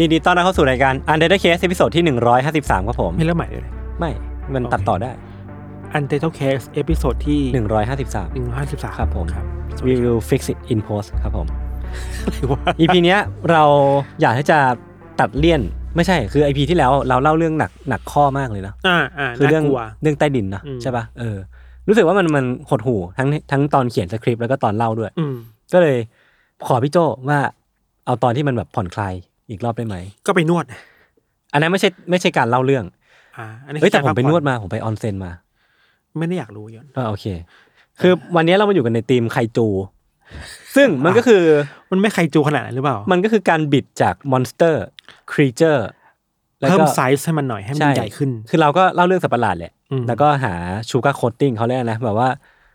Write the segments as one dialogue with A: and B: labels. A: ยินดีต้อนรับเข้าสู่รายการ Untitled Case ตอนที่ 153 ครับผม
B: ไม่เริ่มใหม่เลย
A: ไม่มันตัดต่อได้
B: อันเทอร์เคสเอพิโซดที่หนึ่งห
A: 153
B: นึ่งห้าสิบสาม
A: ครับผม
B: ครับ
A: We will fix it in post ครับผม
B: ว่า
A: EP เนี้ยเราอยากที่จะตัดเลี่ยน ไม่ใช่ คือ EP ที่แล้วเราเล่าเรื่องหนักหนักข้อมากเลยเนอะ
B: อ่าอ่า
A: คือเรื่อง
B: น่ากลัว
A: เรื่องใต้ดินเนอะ
B: อืม
A: ใช่ปะ่ะเออ รู้สึกว่ามันมันหดหู่ทั้งทั้งตอนเขียนสคริปต์แล้วก็ตอนเล่าด้วย
B: อืม
A: ก็เลยขอพี่โจว่าเอาตอนที่มันแบบผ่อนคลายอีกรอบได้ไหม
B: ก็ไปนวดนะ
A: อันนั้นไม่ใช่ไม่ใช่การเล่าเรื่อง
B: อ่า อันนี้
A: เฮ้ยแต่
B: คื
A: ผ
B: อกาม ร
A: ไป
B: พัก
A: น
B: ผ่
A: ว
B: อ
A: ดมาผมไปออนเซ็นมา
B: ไม่ได้อยากรู้ยศ
A: ก็โอเค คือวันนี้เรามาอยู่กันในทีมไคจู ซึ่งมันก็คือ
B: มันไม่ใครจูขนาดนั้นหรือเปล่า
A: มันก็คือการบิดจากมอนสเตอร์ครีเจอร์
B: เพิ่มไซส์ให้มันหน่อยให้มันใหญ่ขึ้น
A: คือเราก็เล่าเรื่องสัตว์ประหลาดแหละ
B: อืม
A: แล้วก็หาชูการ์โคตติ้งเขาเรียกนะแบบว่า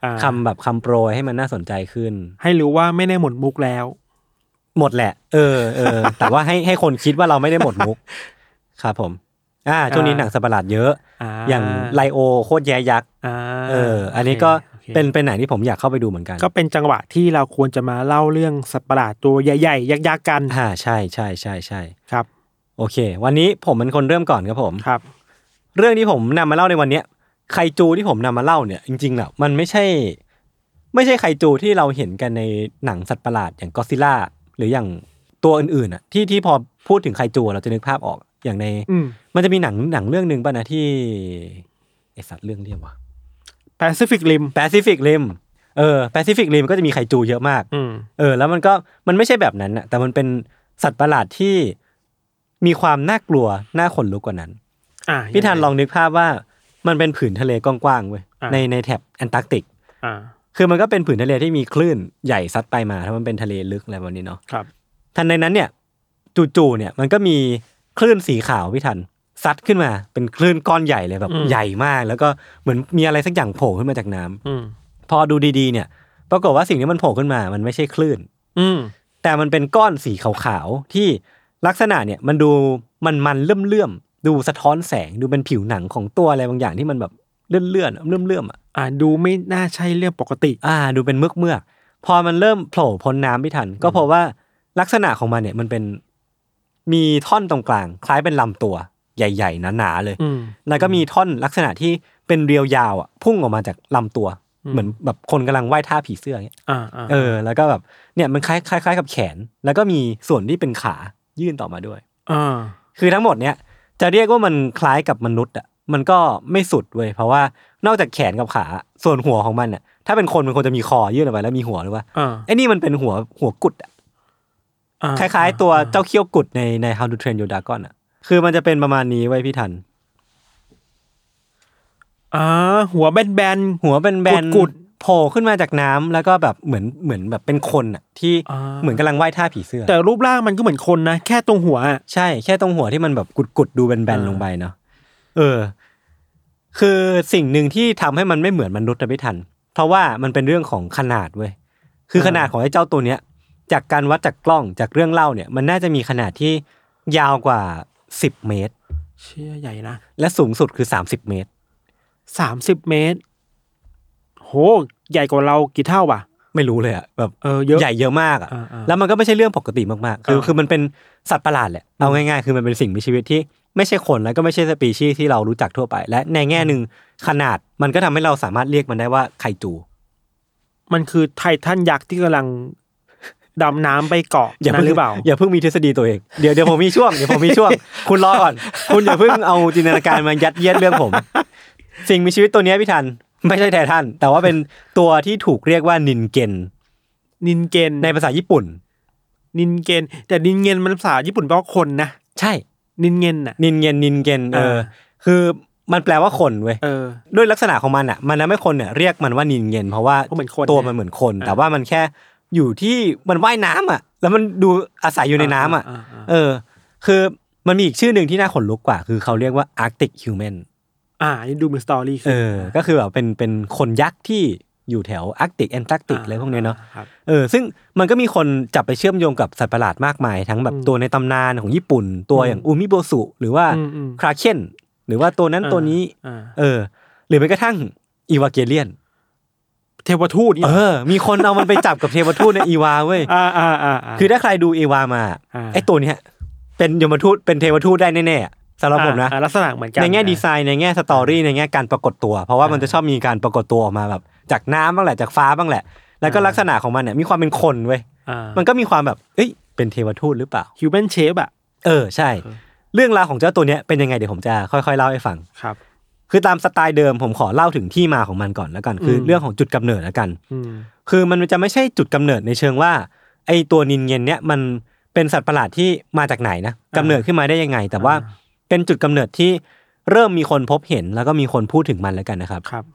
B: อ่า
A: คำแบบคำโปรยให้มันน่าสนใจขึ้น
B: ให้รู้ว่าไม่ได้หมดมุกแล้ว
A: หมดแหละ เออเออ แต่ว่าให้ให้คนคิดว่าเราไม่ได้หมดมุก ครับผม อ่าช่วงนี้
B: อ่า
A: หนังสัตว์ประหลาดเยอะ
B: อ่า
A: อย่างไลโอโคตรแย่ยักษ์
B: อ่า
A: เออ อันนี้ก็
B: โอค
A: เป็นเป็นหนังที่ผมอยากเข้าไปดูเหมือนกัน
B: ก็เป็นจังหวะที่เราควรจะมาเล่าเรื่องสัตว์ประหลาดตัวใหญ่ๆยักษ์ๆกัน
A: อ่าใช่ใช่ใช่ใช่
B: ครับ
A: โอเค วันนี้ผมเป็นคนเริ่มก่อนครับผม
B: ครับ
A: เรื่องที่ผมนำมาเล่าในวันเนี้ยไคจูที่ผมนำมาเล่าเนี่ย จริงๆแล้วมันไม่ใช่ ไม่ใช่ไคจูที่เราเห็นกันในหนังสัตว์ประหลาดอย่างก็ซิล่าหรืออย่างตัวอื่นๆอ่ะที่ที่พอพูดถึงไคจูเราจะนึกภาพออกอย่างใน
B: อืม
A: มันจะมีหนังหนังเรื่องหนึ่งป่ะนะที่ไอสัตว์เรื่องเรียกว่า
B: Pacific Rim
A: แปซิฟิกริมเออแปซิฟิกริมก็จะมีไคจูเยอะมาก
B: อืม
A: เออแล้วมันก็มันไม่ใช่แบบนั้นอะแต่มันเป็นสัตว์ประหลาดที่มีความน่ากลัวน่าขนลุกกว่านั้น
B: อ่ะ
A: พี่ทัน
B: ยัไ
A: ลองนึกภาพว่ามันเป็นผืนทะเลกว้างๆเว้ย
B: อ่า
A: ในในแถบแอนตาร์กติก
B: อ่า
A: คือมันก็เป็นผืนทะเลที่มีคลื่นใหญ่ซัดไปมาถ้ามันเป็นทะเลลึกอะไรแบบนี้เนาะ
B: ครับ
A: ทันในนั้นเนี่ยจู่ๆเนี่ยมันก็มีคลื่นสีขาวพี่ทันซัดขึ้นมาเป็นคลื่นก้อนใหญ่เลยแบบ
B: อืม
A: ใหญ่มาก แล้วก็เหมือนมีอะไรสักอย่างโผล่ขึ้นมาจากน้ำ
B: อืม
A: พอดูดีๆเนี่ย ปรากฏว่าสิ่งที่มันโผล่ขึ้นมา มันไม่ใช่คลื่น
B: อืม
A: แต่มันเป็นก้อนสีขาวๆที่ลักษณะเนี่ยมันดูมันมันๆเลื่อมๆดูสะท้อนแสงดูเป็นผิวหนังของตัวอะไรบางอย่างที่มันแบบเลื่อนๆเลื่อนเลื่อมๆอ่ะ
B: อ่าดูไม่น่าใช่เรื่องปกติ
A: อ่า ดูเป็นเมือกเมือกๆพอมันเริ่มโผล่พ้นน้ำไม่ทัน ก็เพราะว่าลักษณะของมันเนี่ยมันเป็นมีท่อนตรงกลาง คล้ายเป็นลำตัว ใหญ่ๆหนาๆเลย
B: อืม
A: แล้วก็มีท่อนลักษณะที่เป็นเรียวยาวอ่ะพุ่งออกมาจากลำตัว
B: อืม
A: เหมือนแบบคนกำลังไหว้ท่าผีเสื้ออย่างเงี้ย
B: อ่าอ่า
A: เออแล้วก็แบบเนี่ยมันคล้ายคล้ายคล้ายกับแขน แล้วก็มีส่วนที่เป็นขายื่นต่อมาด้วย
B: อ่า
A: คือทั้งหมดเนี่ยจะเรียกว่ามันคล้ายกับมนุษย์อ่ะมันก็ไม่สุดเว้ยเพราะว่านอกจากแขนกับขาส่วนหัวของมันอ่ะถ้าเป็นคนมันคงจะมีคอยื่นออกไปแล้วมีหัวหรือว่า
B: อ่า
A: ไอ้นี่มันเป็นหัวหัวกุดอะ
B: อ่
A: คล้าย ๆ ตัวเจ้าเขี้ยวกุดในใน How to Train Your Dragon อ่ะคือมันจะเป็นประมาณนี้ไว้ยพี่ทัน
B: อ่าหัวแบนแบน
A: หัวเป็นแบน
B: กุด
A: โผล่ขึ้นมาจากน้ำแล้วก็แบบเหมือนเหมือนแบบเป็นคนอ่ะที่
B: อ่า
A: เหมือนกำลังไหว้ท่าผีเสื้อ
B: ๆแต่รูปร่างมันก็เหมือนคนนะ แค่ตรงหัวอ่ะ
A: ใช่แค่ตรงหัวที่มันแบบกุดๆดูแบน
B: อ่า
A: ๆลงไปเนาะเออ คือสิ่งหนึ่งที่ทำให้มันไม่เหมือนมนุษย์นะพี่ทัน เพราะว่ามันเป็นเรื่องของขนาดเว้ยคือขนาดของไอ้เจ้าตัวเนี้ย จากการวัดจากกล้องจากเรื่องเล่าเนี่ย มันน่าจะมีขนาดที่ยาวกว่าสิบเมตร
B: เชี่ยใหญ่นะ
A: และสูงสุดคือสามสิบเมตร
B: สามสิบเมตร โห ใหญ่กว่าเรากี่เท่าว่ะ
A: ไม่รู้เลยอะแบบ
B: เออเยอะ
A: ใหญ่เยอะมากอะ
B: อ่าๆ
A: แล้วมันก็ไม่ใช่เรื่องปกติมากๆคือ
B: อ่า
A: คือมันเป็นสัตว์ประหลาดแหละเอาง่ายๆ คือมันเป็นสิ่งมีชีวิตที่ไม่ใช่คนแล้วก็ไม่ใช่สปีชีส์ที่เรารู้จักทั่วไป และในแง่หนึ่งขนาดมันก็ทำให้เราสามารถเรียกมันได้ว่าไคจู
B: มันคือไททันยักษ์ที่กำลังดำน้ำไปเกาะ
A: อย่า
B: นั้น
A: เพิ่ง
B: หรือเปล่า
A: อย่าเพิ่งมีทฤษฎีตัวเองเดี๋ยวเดี๋ยว ผมมีช่วงเดี๋ยวผมมีช่วง คุณรอก่อน คุณอย่าเพิ่งเอาจินตนาการมายัดเยียดเรื่องผม สิ่งมีชีวิตตัวเนี้ยพี่ทันไม่ใช่ไททันแต่ว่าเป็นตัวที่ถูกเรียกว่านินเกน
B: นินเกน
A: ในภาษาญี่ปุ่น
B: นินเกน แต่นินเกนมันภาษาญี่ปุ่นแปลว่าคนนะ
A: ใช่
B: นินเกนน่ะ
A: นินเกนนินเกนเอ
B: เอ
A: อ
B: อ
A: คือมันแปลว่าคนเว้ย
B: เออ
A: ด้วยลักษณะของมันอ่ะ มันทำให้คนเนี่ยเรียกมันว่านินเกนเพราะว่า
B: ก็เหมือนคน
A: ตัว
B: นะ
A: มันเหมือนคน แต่ว่ามันแค่อยู่ที่มันว่ายน้ำอ่ะ แล้วมันดูอาศัยอยู่ในน้ำอ่ะ
B: าาา
A: เออ คือมันมีอีกชื่อหนึ่งที่น่าขนลุกกว่า คือเขาเรียกว่า Arctic Human
B: อ่าอันนี่ดูเป็นสตอรี่
A: เออ ก็คือแบบเป็นเป็นคนยักษ์ที่อยู่แถวอาร์กติกแอนตาร์กติกอะไรพวกเนี้ยเนาะ
B: ครับ
A: เออ ซึ่งมันก็มีคนจับไปเชื่อมโยงกับสัตว์ประหลาดมากมาย ทั้งแบบ
B: อืม
A: ตัวในตำนานของญี่ปุ่น ตัว
B: อืม
A: อย่างอูมิโบสุหรือว่า
B: อืมอืม
A: คราเคนหรือว่าตัวนั้นตัวนี้
B: อ่า
A: เออ หรือแม้กระทั่งอีวาเกเลียน
B: เทวทูตนี่
A: เอ
B: หรอ
A: อ มีคนเอามันไปจับกับเทวทูตในอีวาเว้ย
B: อ่าอ่าอ่าา
A: คือถ้าใครดูอีวามา
B: อ่า
A: ไอ้ตัวเนี้ยเป็นยมทูตเป็นเทวทูตได้แน่ๆสำหรับผมนะ
B: อ่าอ่าลักษณะเหมือนกัน
A: ในแง่
B: อ่า
A: ดีไซน์ในแง่สตอรี่ในแง่การปรากฏตัว เพราะว่ามันจะชอบมีการปรากฏตัวออกมาแบบ จากน้ำบ้างแหละจากฟ้าบ้างแหละ แล้วก็
B: อ่า
A: ลักษณะของมันเนี่ยมีความเป็นคนเว้ย
B: อ่า
A: มันก็มีความแบบเอ้ยเป็นเทวทูตหรือเปล่า
B: ฮิวแมนเชฟอ่ะ
A: เออใช่
B: เออ
A: เรื่องราวของเจ้าตัวเนี้ยเป็นยังไงเดี๋ยวผมจะค่อยๆเล่าให้ฟัง
B: ครับ
A: คือตามสไตล์เดิมผมขอเล่าถึงที่มาของมันก่อนแล้วกัน คืออ
B: ม
A: เรื่องของจุดกำเนิดแล้วกัน
B: อืม
A: คือมันจะไม่ใช่จุดกำเนิดในเชิงว่าไอตัวนินเยนเนี่ยมันเป็นสัตว์ประหลาดที่มาจากไหนนะกำเนิดขึ้นมาได้ยังไง แต่ว่า
B: อ่
A: เป็นจุดกำเนิดที่เริ่มมีคนพบเห็นแล้วก็มีคนพูดถึงมันแล้วกันนะครับ
B: ครับ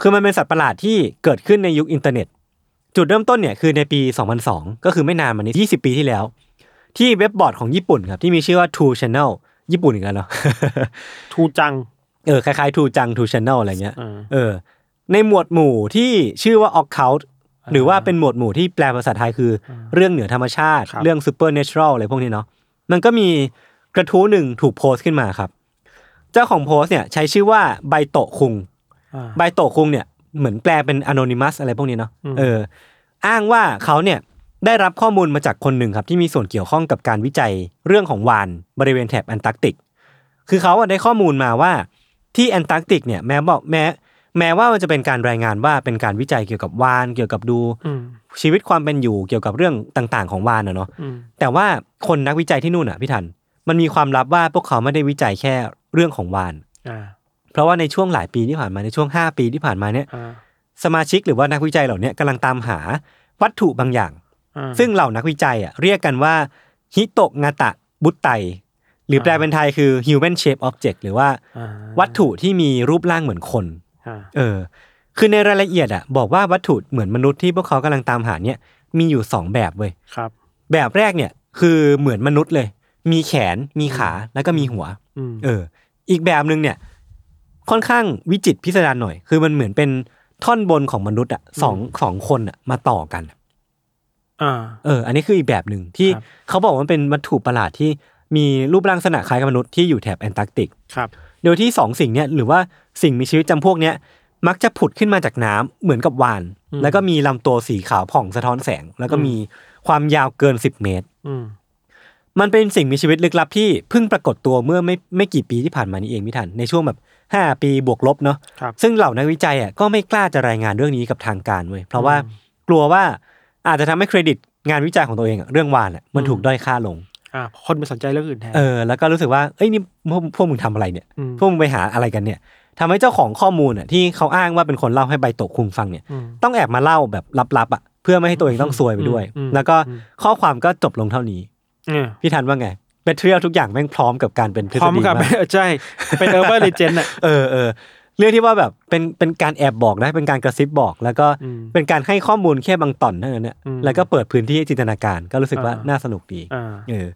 A: คือมันเป็นสัตว์ประหลาดที่เกิดขึ้นในยุคอินเทอร์เน็ต จุดเริ่มต้นเนี่ยคือในปี 2002 ก็คือไม่นานมานี้20 ปีที่แล้ว ที่เว็บบอร์ดของญี่ปุ่นครับที่มีชื่อว่า True Channel ญี่ปุ่นอีกแล้วเนาะ
B: ทูจัง
A: เออคล้ายๆ True จัง True Channel อะไรเงี้ย
B: อ่า
A: เออในหมวดหมู่ที่ชื่อว่า occult
B: อ่า
A: หรือว่าเป็นหมวดหมู่ที่แปลภาษาไทยคืออาเรื่องเหนือธรรมชาติ
B: ครับ
A: เรื่อง supernatural อะไรพวกนี้เนาะมันก็มีกระทู้หนึ่งถูกโพสต์ขึ้นมาครับ เจ้าของโพสต์เนี่ยใช้ชื่อว่าไบโตะคุง
B: อ่า
A: ไบโตะคุงเนี่ยเหมือนแปลเป็น anonymous อะไรพวกนี้เนาะ
B: อืม
A: เอออ้างว่าเขาเนี่ยได้รับข้อมูลมาจากคนหนึ่งครับที่มีส่วนเกี่ยวข้องกับการวิจัยเรื่องของวานบริเวณแถบแอนตาร์กติก คือเขาอะได้ข้อมูลมาว่าที่แอนตาร์กติกเนี่ยแม้บอกแม้ แม้ว่ามันจะเป็นการรายงานว่าเป็นการวิจัยเกี่ยวกับวานเกี่ยวกับดู
B: อืม
A: ชีวิตความเป็นอยู่เกี่ยวกับเรื่องต่างๆ ของวานอะเนาะ
B: อืม
A: แต่ว่าคนนักวิจัยที่นู่นอะพี่ทันมันมีความลับว่าพวกเขาไม่ได้วิจัยแค่เรื่องของวาน
B: อ่า
A: เพราะว่าในช่วงหลายปีที่ผ่านมาในช่วง 5 ปีที่ผ่านมาเนี่ย
B: อ่า
A: สมาชิกหรือว่านักวิจัยเหล่าเนี้ยกำลังตามหาวัตถุบางอย่าง
B: อ่า
A: ซึ่งเหล่านักวิจัยอะเรียกกันว่าฮิโตะงาตะบุตไตหรือแปลเป็นไทยคือ human shape object หรือว่า
B: อ่า
A: วัตถุที่มีรูปร่างเหมือนคน
B: อ่า
A: เออ คือในรายละเอียดอะบอกว่าวัตถุเหมือนมนุษย์ที่พวกเขากำลังตามหาเนี่ยมีอยู่สองแบบเว้ย
B: ครับ
A: แบบแรกเนี่ยคือเหมือนมนุษย์เลย มีแขนมีขาแล้วก็มีหัว
B: อืม
A: เออ อีกแบบหนึ่งเนี่ย ค่อนข้างวิจิตรพิสดารหน่อย คือมันเหมือนเป็นท่อนบนของมนุษย์อะสองสองคนอะมาต่อกัน
B: อ่า
A: เออ อันนี้คืออีกแบบหนึ่งที่
B: ครับ
A: เขาบอกว่ามันเป็นวัตถุประหลาดที่มีรูปร่างลักษณะคล้ายกับมนุษย์ที่อยู่แถบแอนตาร์กติก
B: ครับ
A: โดยที่สองสิ่งเนี้ยหรือว่าสิ่งมีชีวิตจำพวกเนี้ยมักจะผุดขึ้นมาจากน้ำเหมือนกับวาน แล้วก็มีลำตัวสีขาวผ่องสะท้อนแสง แล้วก็มีความยาวเกิน 10 เมตร
B: อืม
A: มันเป็นสิ่งมีชีวิตลึกลับที่เพิ่งปรากฏตัวเมื่อไม่ไม่กี่ปีที่ผ่านมานี้เองพี่ทันในช่วงแบบ 5 ปีบวกลบเนาะ
B: ครับ
A: ซึ่งเหล่านักวิจัยอ่ะก็ไม่กล้าจะรายงานเรื่องนี้กับทางการเว้ยเพราะว่ากลัวว่าอาจจะทำให้เครดิตงานวิจัยของตัวเองอะเรื่องวานอ่ะมันถูกด้อยค่าลง
B: อ่าคนไปสนใจเรื่องอื่นแทน
A: เออแล้วก็รู้สึกว่าเอ้ยนี่พวกพวกมึงทำอะไรเนี่ย
B: ม
A: พวกมึงไปหาอะไรกันเนี่ยทำให้เจ้าของข้อมูลอ่ะที่เขาอ้างว่าเป็นคนเล่าให้ใบโตกคุงฟังเนี่ย
B: อืม
A: ต้องแอบมาเล่าแบบลับๆอ่ะเพื่อไม่ให้ตัวเองต้องซวยไปด้วย
B: อืมอืม
A: แล้วก็ข้อความก็จบลงเท่านี้
B: อ่า
A: พี่ทันว่าไงแมทเทียลทุกอย่างแม่งพร้อมกับการเป็นทฤษ
B: พร้อม
A: ฎี
B: กับ
A: มาก
B: ใช่ เป็นเออร์เบอร์เลเจนอ่ะ
A: เออเออเรื่องที่ว่าแบบเป็นเป็นการแอบบอกนะเป็นการกระซิบบอก แล้วก็
B: อืม
A: เป็นการให้ข้อมูลแค่บางตอนเท่านั้นเนี่ย
B: อืม
A: แล้วก็เปิดพื้นที่ให้จินตนาการก็รู้สึกว่า
B: อ่า
A: น่าสนุกดี
B: อ่า
A: เออ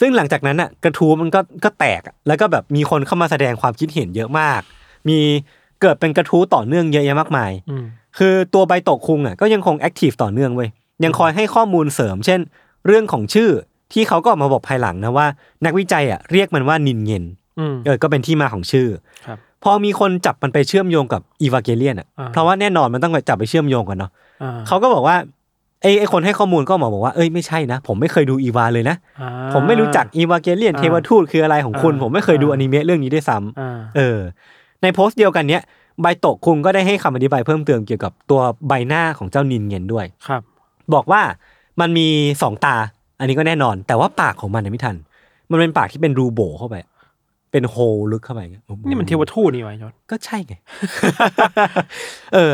A: ซึ่งหลังจากนั้นอ่ะกระทู้มันก็ก็แตกอะแล้วก็แบบมีคนเข้ามาแสดงความคิดเห็นเยอะมาก มีเกิดเป็นกระทู้ต่อเนื่องเยอะแยะมากมาย
B: อืม
A: คือตัวใบตกคุงอ่ะก็ยังคงแอคทีฟต่อเนื่องเว้ยยังคอยให้ข้อมูลเสริม เช่น เรื่องของชื่อที่เขาก็ออกมาบอกภายหลังนะว่า นักวิจัยอ่ะเรียกมันว่านินเย็น
B: อืม
A: เออก็เป็นที่มาของชื่อ
B: ครับ
A: พอมีคนจับมันไปเชื่อมโยงกับอีวาเกเลียนอ่ะ
B: อ่า
A: เพราะว่าแน่นอนมันต้องไปจับไปเชื่อมโยงกันเนาะ
B: อ่า
A: เขาก็บอกว่าไอ้ไอ้คนให้ข้อมูลก็ออกมาบอกว่าเอ้ยไม่ใช่นะ ผมไม่เคยดูอีวาเลยนะ
B: อ่า
A: ผมไม่รู้จักอีวาเกเลียน
B: อ่า
A: เทวทูตคืออะไรของคุณ
B: อ่า
A: ผมไม่เคยดู
B: อ่า
A: อนิเมะเรื่องนี้ด้วยซ้ำ
B: อ่า
A: เออ ในโพสต์เดียวกันเนี้ยไบโตะคุงก็ได้ให้คำอธิบายเพิ่มเติมเกี่ยวกับตัวใบหน้าของเจ้านินเงียนด้วย
B: ครับ
A: บอกว่ามันมีสองตา อันนี้ก็แน่นอน แต่ว่าปากของมันเนี่ยไม่ทัน มันเป็นปากที่เป็นรูโบเข้าไป เป็นโฮลลึกเข้าไปอย่างเงี้ย
B: นี่มันเทวทูตนี่หวะยศ
A: ก็ใช่ไง เออ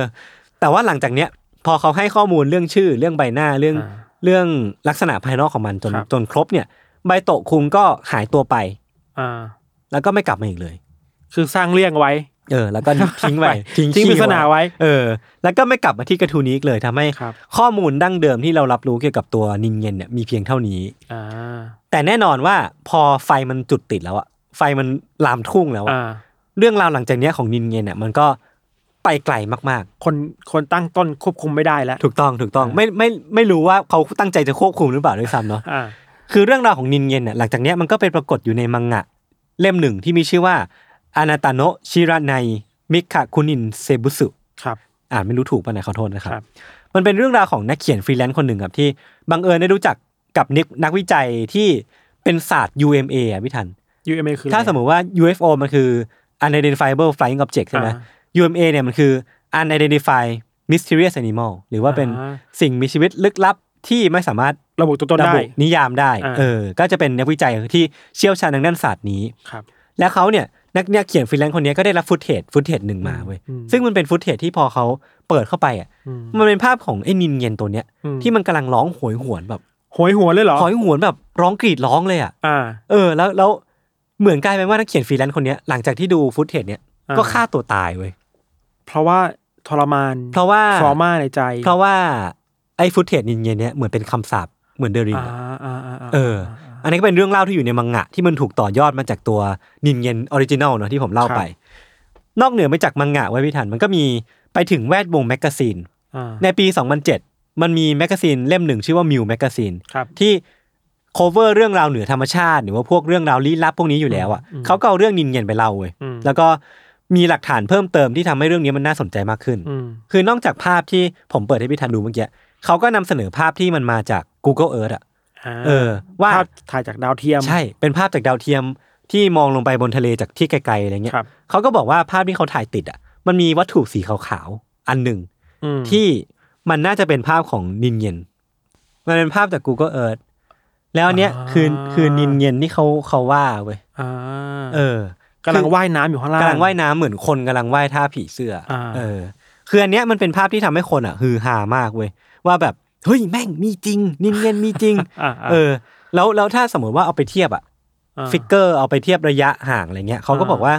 A: แต่ว่าหลังจากเนี้ย พอเขาให้ข้อมูลเรื่องชื่อเรื่องใบหน้าเรื่อง
B: อ่า
A: เรื่องลักษณะภายนอกของมันจน
B: ครับ
A: จนครบเนี่ย ใบโตะคุงก็หายตัวไป
B: อ่า
A: แล้วก็ไม่กลับมาอีกเลย
B: คือสร้างเรื่องไว้
A: เออ แล้วก็ ทิ้งไปทิ้ง
B: ทิ้งป
A: ขี้
B: ริศนาไว้
A: เออ แล้วก็ไม่กลับมาที่กระทูนี้อีกเลยทำให้
B: ครับ
A: ข้อมูลดั้งเดิมที่เรารับรู้เกี่ยวกับตัวนินเย็นเนี่ยมีเพียงเท่านี้
B: อ่า
A: แต่แน่นอนว่าพอไฟมันจุดติดแล้วอะไฟมันลามทุ่งแล้วอะ
B: อ่า
A: เรื่องราวหลังจากเนี้ยของนินเย็นเนี่ยมันก็ไปไกลมาก
B: คนคนตั้งต้นควบคุมไม่ได้แล้ว
A: ๆ ถูกต้องถูกต้องไม่ไม่ไม่รู้ว่าเขาตั้งใจจะควบคุมหรือเปล่าด้วยซ้ำเนาะ
B: อ่า
A: คือเรื่องราวของนินเย็นเนี่ยหลังจากเนี้ยมันก็ไปปรากฏอยู่ในมังงะ เล่มหนึ่งที่มีชื่อว่าอานาตาโนะชิระไนมิคาคุนินเซบุสุ
B: ครับ
A: อ่านไม่รู้ถูกป่ะนะขอโทษนะครับ
B: ครับ
A: มันเป็นเรื่องราวของนักเขียนฟรีแลนซ์คนหนึ่งครับที่บังเอิญได้รู้จักกับนิกนักวิจัยที่เป็นศาสตร์ UMA อ่ะพี่ทัน
B: UMA คืออะไร
A: ถ้าสมมติว่า UFO มันคือ unidentifiable flying object ใช่ไหม
B: อ่า
A: UMA เนี่ยมันคือ unidentified mysterious animal หรือว่าเป็น
B: อ่า
A: สิ่งมีชีวิตลึกลับที่ไม่สามารถ
B: ระบุตัวตน
A: ระ
B: ได้
A: บุนิยามได้
B: อ่า
A: เออ ก็จะเป็นนักวิจัยที่เชี่ยวชาญทางด้านศาสตร์นี้
B: ครับ
A: แล้วเขาเนี่ยนักเนี่ยเขียนฟรีแลนซ์คนเนี้ยก็ได้รับฟุตเทจฟุตเทจหนึ่งมาเว้ย
B: อืม
A: ซึ่งมันเป็นฟุตเทจที่พอเขาเปิดเข้าไปอ่ะ
B: อืม
A: มันเป็นภาพของไอ้นินเย็นตัวเนี้ย
B: อืม
A: ที่มันกำลังร้องโหยหวนแบบ
B: โหยหัวนเลยเหรอ
A: โหยหวนแบบร้องกรีดร้องเลยอ่ะ
B: อ่า
A: เออ แล้วแล้วเหมือนกลายเป็นว่านักเขียนฟรีแลนซ์คนเนี้ยหลังจากที่ดูฟุตเทจเนี้ย
B: อ่า
A: ก็ฆ่าตัวตายเว้ย
B: เพราะว่าทรมาน
A: เพราะว่า
B: ทรมาในใจ
A: เพราะว่าไอ้ฟุตเทจนินเย็นเนี้ยเหมือนเป็นคำสาปเหมือนเดริง
B: อ่า
A: อะ
B: อ่าอ่าา
A: เออ อันนี้ก็เป็นเรื่องเล่าที่อยู่ในมังงะที่มันถูกต่อยอดมาจากตัวนินเย็นออริจินอลเนาะที่ผมเล่าไป นอกเหนือไปจากมังงะไว้พิถันมันก็มีไปถึงแวดวงแมกกาซีน
B: อ่า
A: ในปี 2007 มันมีแมกกาซีนเล่มหนึ่งชื่อว่ามิวแมกกาซีน
B: ครับ
A: ที่ cover เรื่องราวเหนือธรรมชาติ หรือว่าพวกเรื่องราวลี้ลับพวกนี้อยู่แล้วอ่ะ
B: อืม
A: เขาก็เอาเรื่องนินเย็นไปเล่าเว้ย
B: อืม
A: แล้วก็มีหลักฐานเพิ่มเติมที่ทำให้เรื่องนี้มันน่าสนใจมากขึ้น
B: อืม
A: คือนอกจากภาพที่ผมเปิดให้พี่ทันดูเมื่อกี้เขาก็นำเสนอภาพที่มันมาจาก Google Earth อ่ะ
B: อ่า
A: เออว่า
B: ภพถ่ายจากดาวเทียม
A: ใช่ เป็นภาพจากดาวเทียมที่มองลงไปบนทะเลจากที่ไกลๆอะไรเงี้ย
B: ครับ
A: เขาก็บอกว่าภาพที่เขาถ่ายติดอ่ะ มันมีวัตถุสีขาวๆ อันหนึ่ง
B: อืม
A: ที่มันน่าจะเป็นภาพของนินเย็น มันเป็นภาพจาก Google Earth แล้วอันเนี้ยคือคือนินเย็นที่เขาเขาว่าเว้ย
B: อ่า
A: เออ
B: กำลังว่ายน้ำอยู่ข้างล่าง
A: กำลังว่ายน้ำเหมือนคนกำลังว่ายท่าผีเสื้ออา เออ คืออันเนี้ยมันเป็นภาพที่ทำให้คนอ่ะฮือฮามากเว้ยว่าแบบเฮ้ยแม่งมีจริง นินเย็นมีจริง
B: อ่า
A: เออ แล้วแล้วถ้าสมมติว่าเอาไปเทียบอ่ะ
B: า
A: ฟิกเกอร์เอาไปเทียบระยะห่างอะไรเงี้ยเขาก็
B: อ่า
A: บอกว่า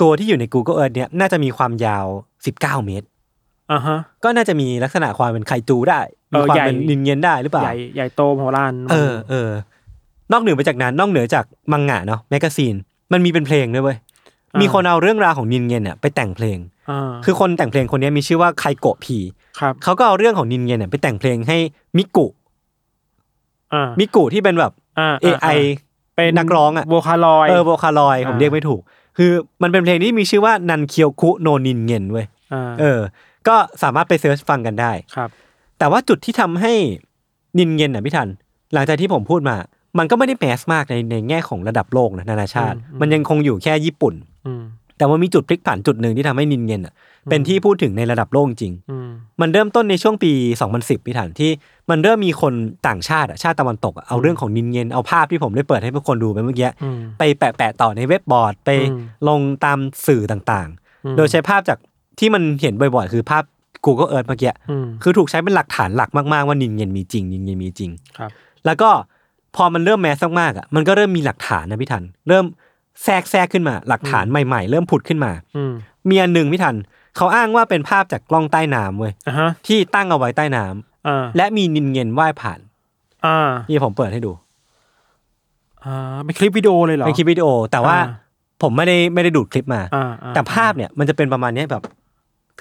A: ตัวที่อยู่ใน Google Earth เนี่ยน่าจะมีความยาว 19 เมตร
B: อ่าฮะ
A: ก็น่าจะมีลักษณะความเป็นไคจูได้
B: เอ
A: มี
B: อ
A: ความ
B: ใหญ่
A: เป็นนินเย็นได้หรือเปล่า
B: ใหญ่ใหญ่โตมโหฬาร
A: เออเออนอกเหนือไปจากนั้นนอกเหนือจากมังงะเนาะแมกกาซีนมันมีเป็นเพลงด้วยเว้ย
B: ามี
A: มีคนเอาเรื่องราวของนินเย็นเนี่ยไปแต่งเพลง
B: อ่า
A: คือคนแต่งเพลงคนเนี้ยมีชื่อว่าไคโกะพี
B: ครับ
A: เขาก็เอาเรื่องของนินเย็นเนี่ยไปแต่งเพลงให้มิกุ
B: อ่า
A: มิกุที่เป็นแบบ
B: อ่าา
A: AI
B: เป็น
A: นักร้องอะ
B: โวคาลอย
A: เออโวคาลอยด์
B: อ่า
A: ผมเรียกไม่ถูก คือมันเป็นเพลงที่มีชื่อว่านันเคียวคุโนนินเงินเว้ย
B: อ่า
A: เออ ก็สามารถไปเซิร์ชฟังกันได้
B: ครับ
A: แต่ว่าจุดที่ทำให้นินเงินอ่ะพี่ทัน หลังจากที่ผมพูดมา มันก็ไม่ได้แมสมากในในแง่ของระดับโลกนะนานาชาติ มันยังคงอยู่แค่ญี่ปุ่น
B: อืม
A: แต่ว่ามีจุดพลิกผันจุดหนึ่งที่ทำให้นินเงินอ่ะเป็นที่พูดถึงในระดับโลกจริง
B: อืม
A: มันเริ่มต้นในช่วงปี 2010พี่ถันที่มันเริ่มมีคนต่างชาติอะชาติตะวันตกอะเอาเรื่องของนินเย็นเอาภาพที่ผมได้เปิดให้ทุกคนดูไปเมื่อกี้
B: อืม
A: ไปแปะแปะต่อในเว็บบอร์ดไป
B: อืม
A: ลงตามสื่อต่าง
B: อืม
A: ๆ โดยใช้ภาพจากที่มันเห็นบ่อยๆ คือภาพ Google Earth เมื่อกี้
B: อืม
A: คือถูกใช้เป็นหลักฐานหลักมากๆว่านินเย็นมีจริงนินเย็นมีจริง
B: ครับ
A: แล้วก็พอมันเริ่มแมสมากๆอะมันก็เริ่มมีหลักฐานนะพี่ทันเริ่มแทรกแทรกขึ้นมา หลักฐานใหม่ ๆ เริ่มผุดขึ้นมา
B: อืม
A: มีอันหนึ่งพี่ทันเขาอ้างว่าเป็นภาพจากกล้องใต้น้ำเว้ย
B: อ่าฮะ
A: ที่ตั้งเอาไว้ใต้น้ำ
B: อ่า
A: และมีนินเงินว่ายผ่าน
B: อ่า
A: นี่ผมเปิดให้ดู
B: อ่าเป็นคลิปวิดีโอเลยเหรอ
A: เป็นคลิปวิดีโอ แต่ว่า
B: อ่า
A: ผมไม่ได้ไม่ได้ดูดคลิปมา
B: อ่าอ่
A: แต่ภาพเนี่ยมันจะเป็นประมาณเนี้ยแบบ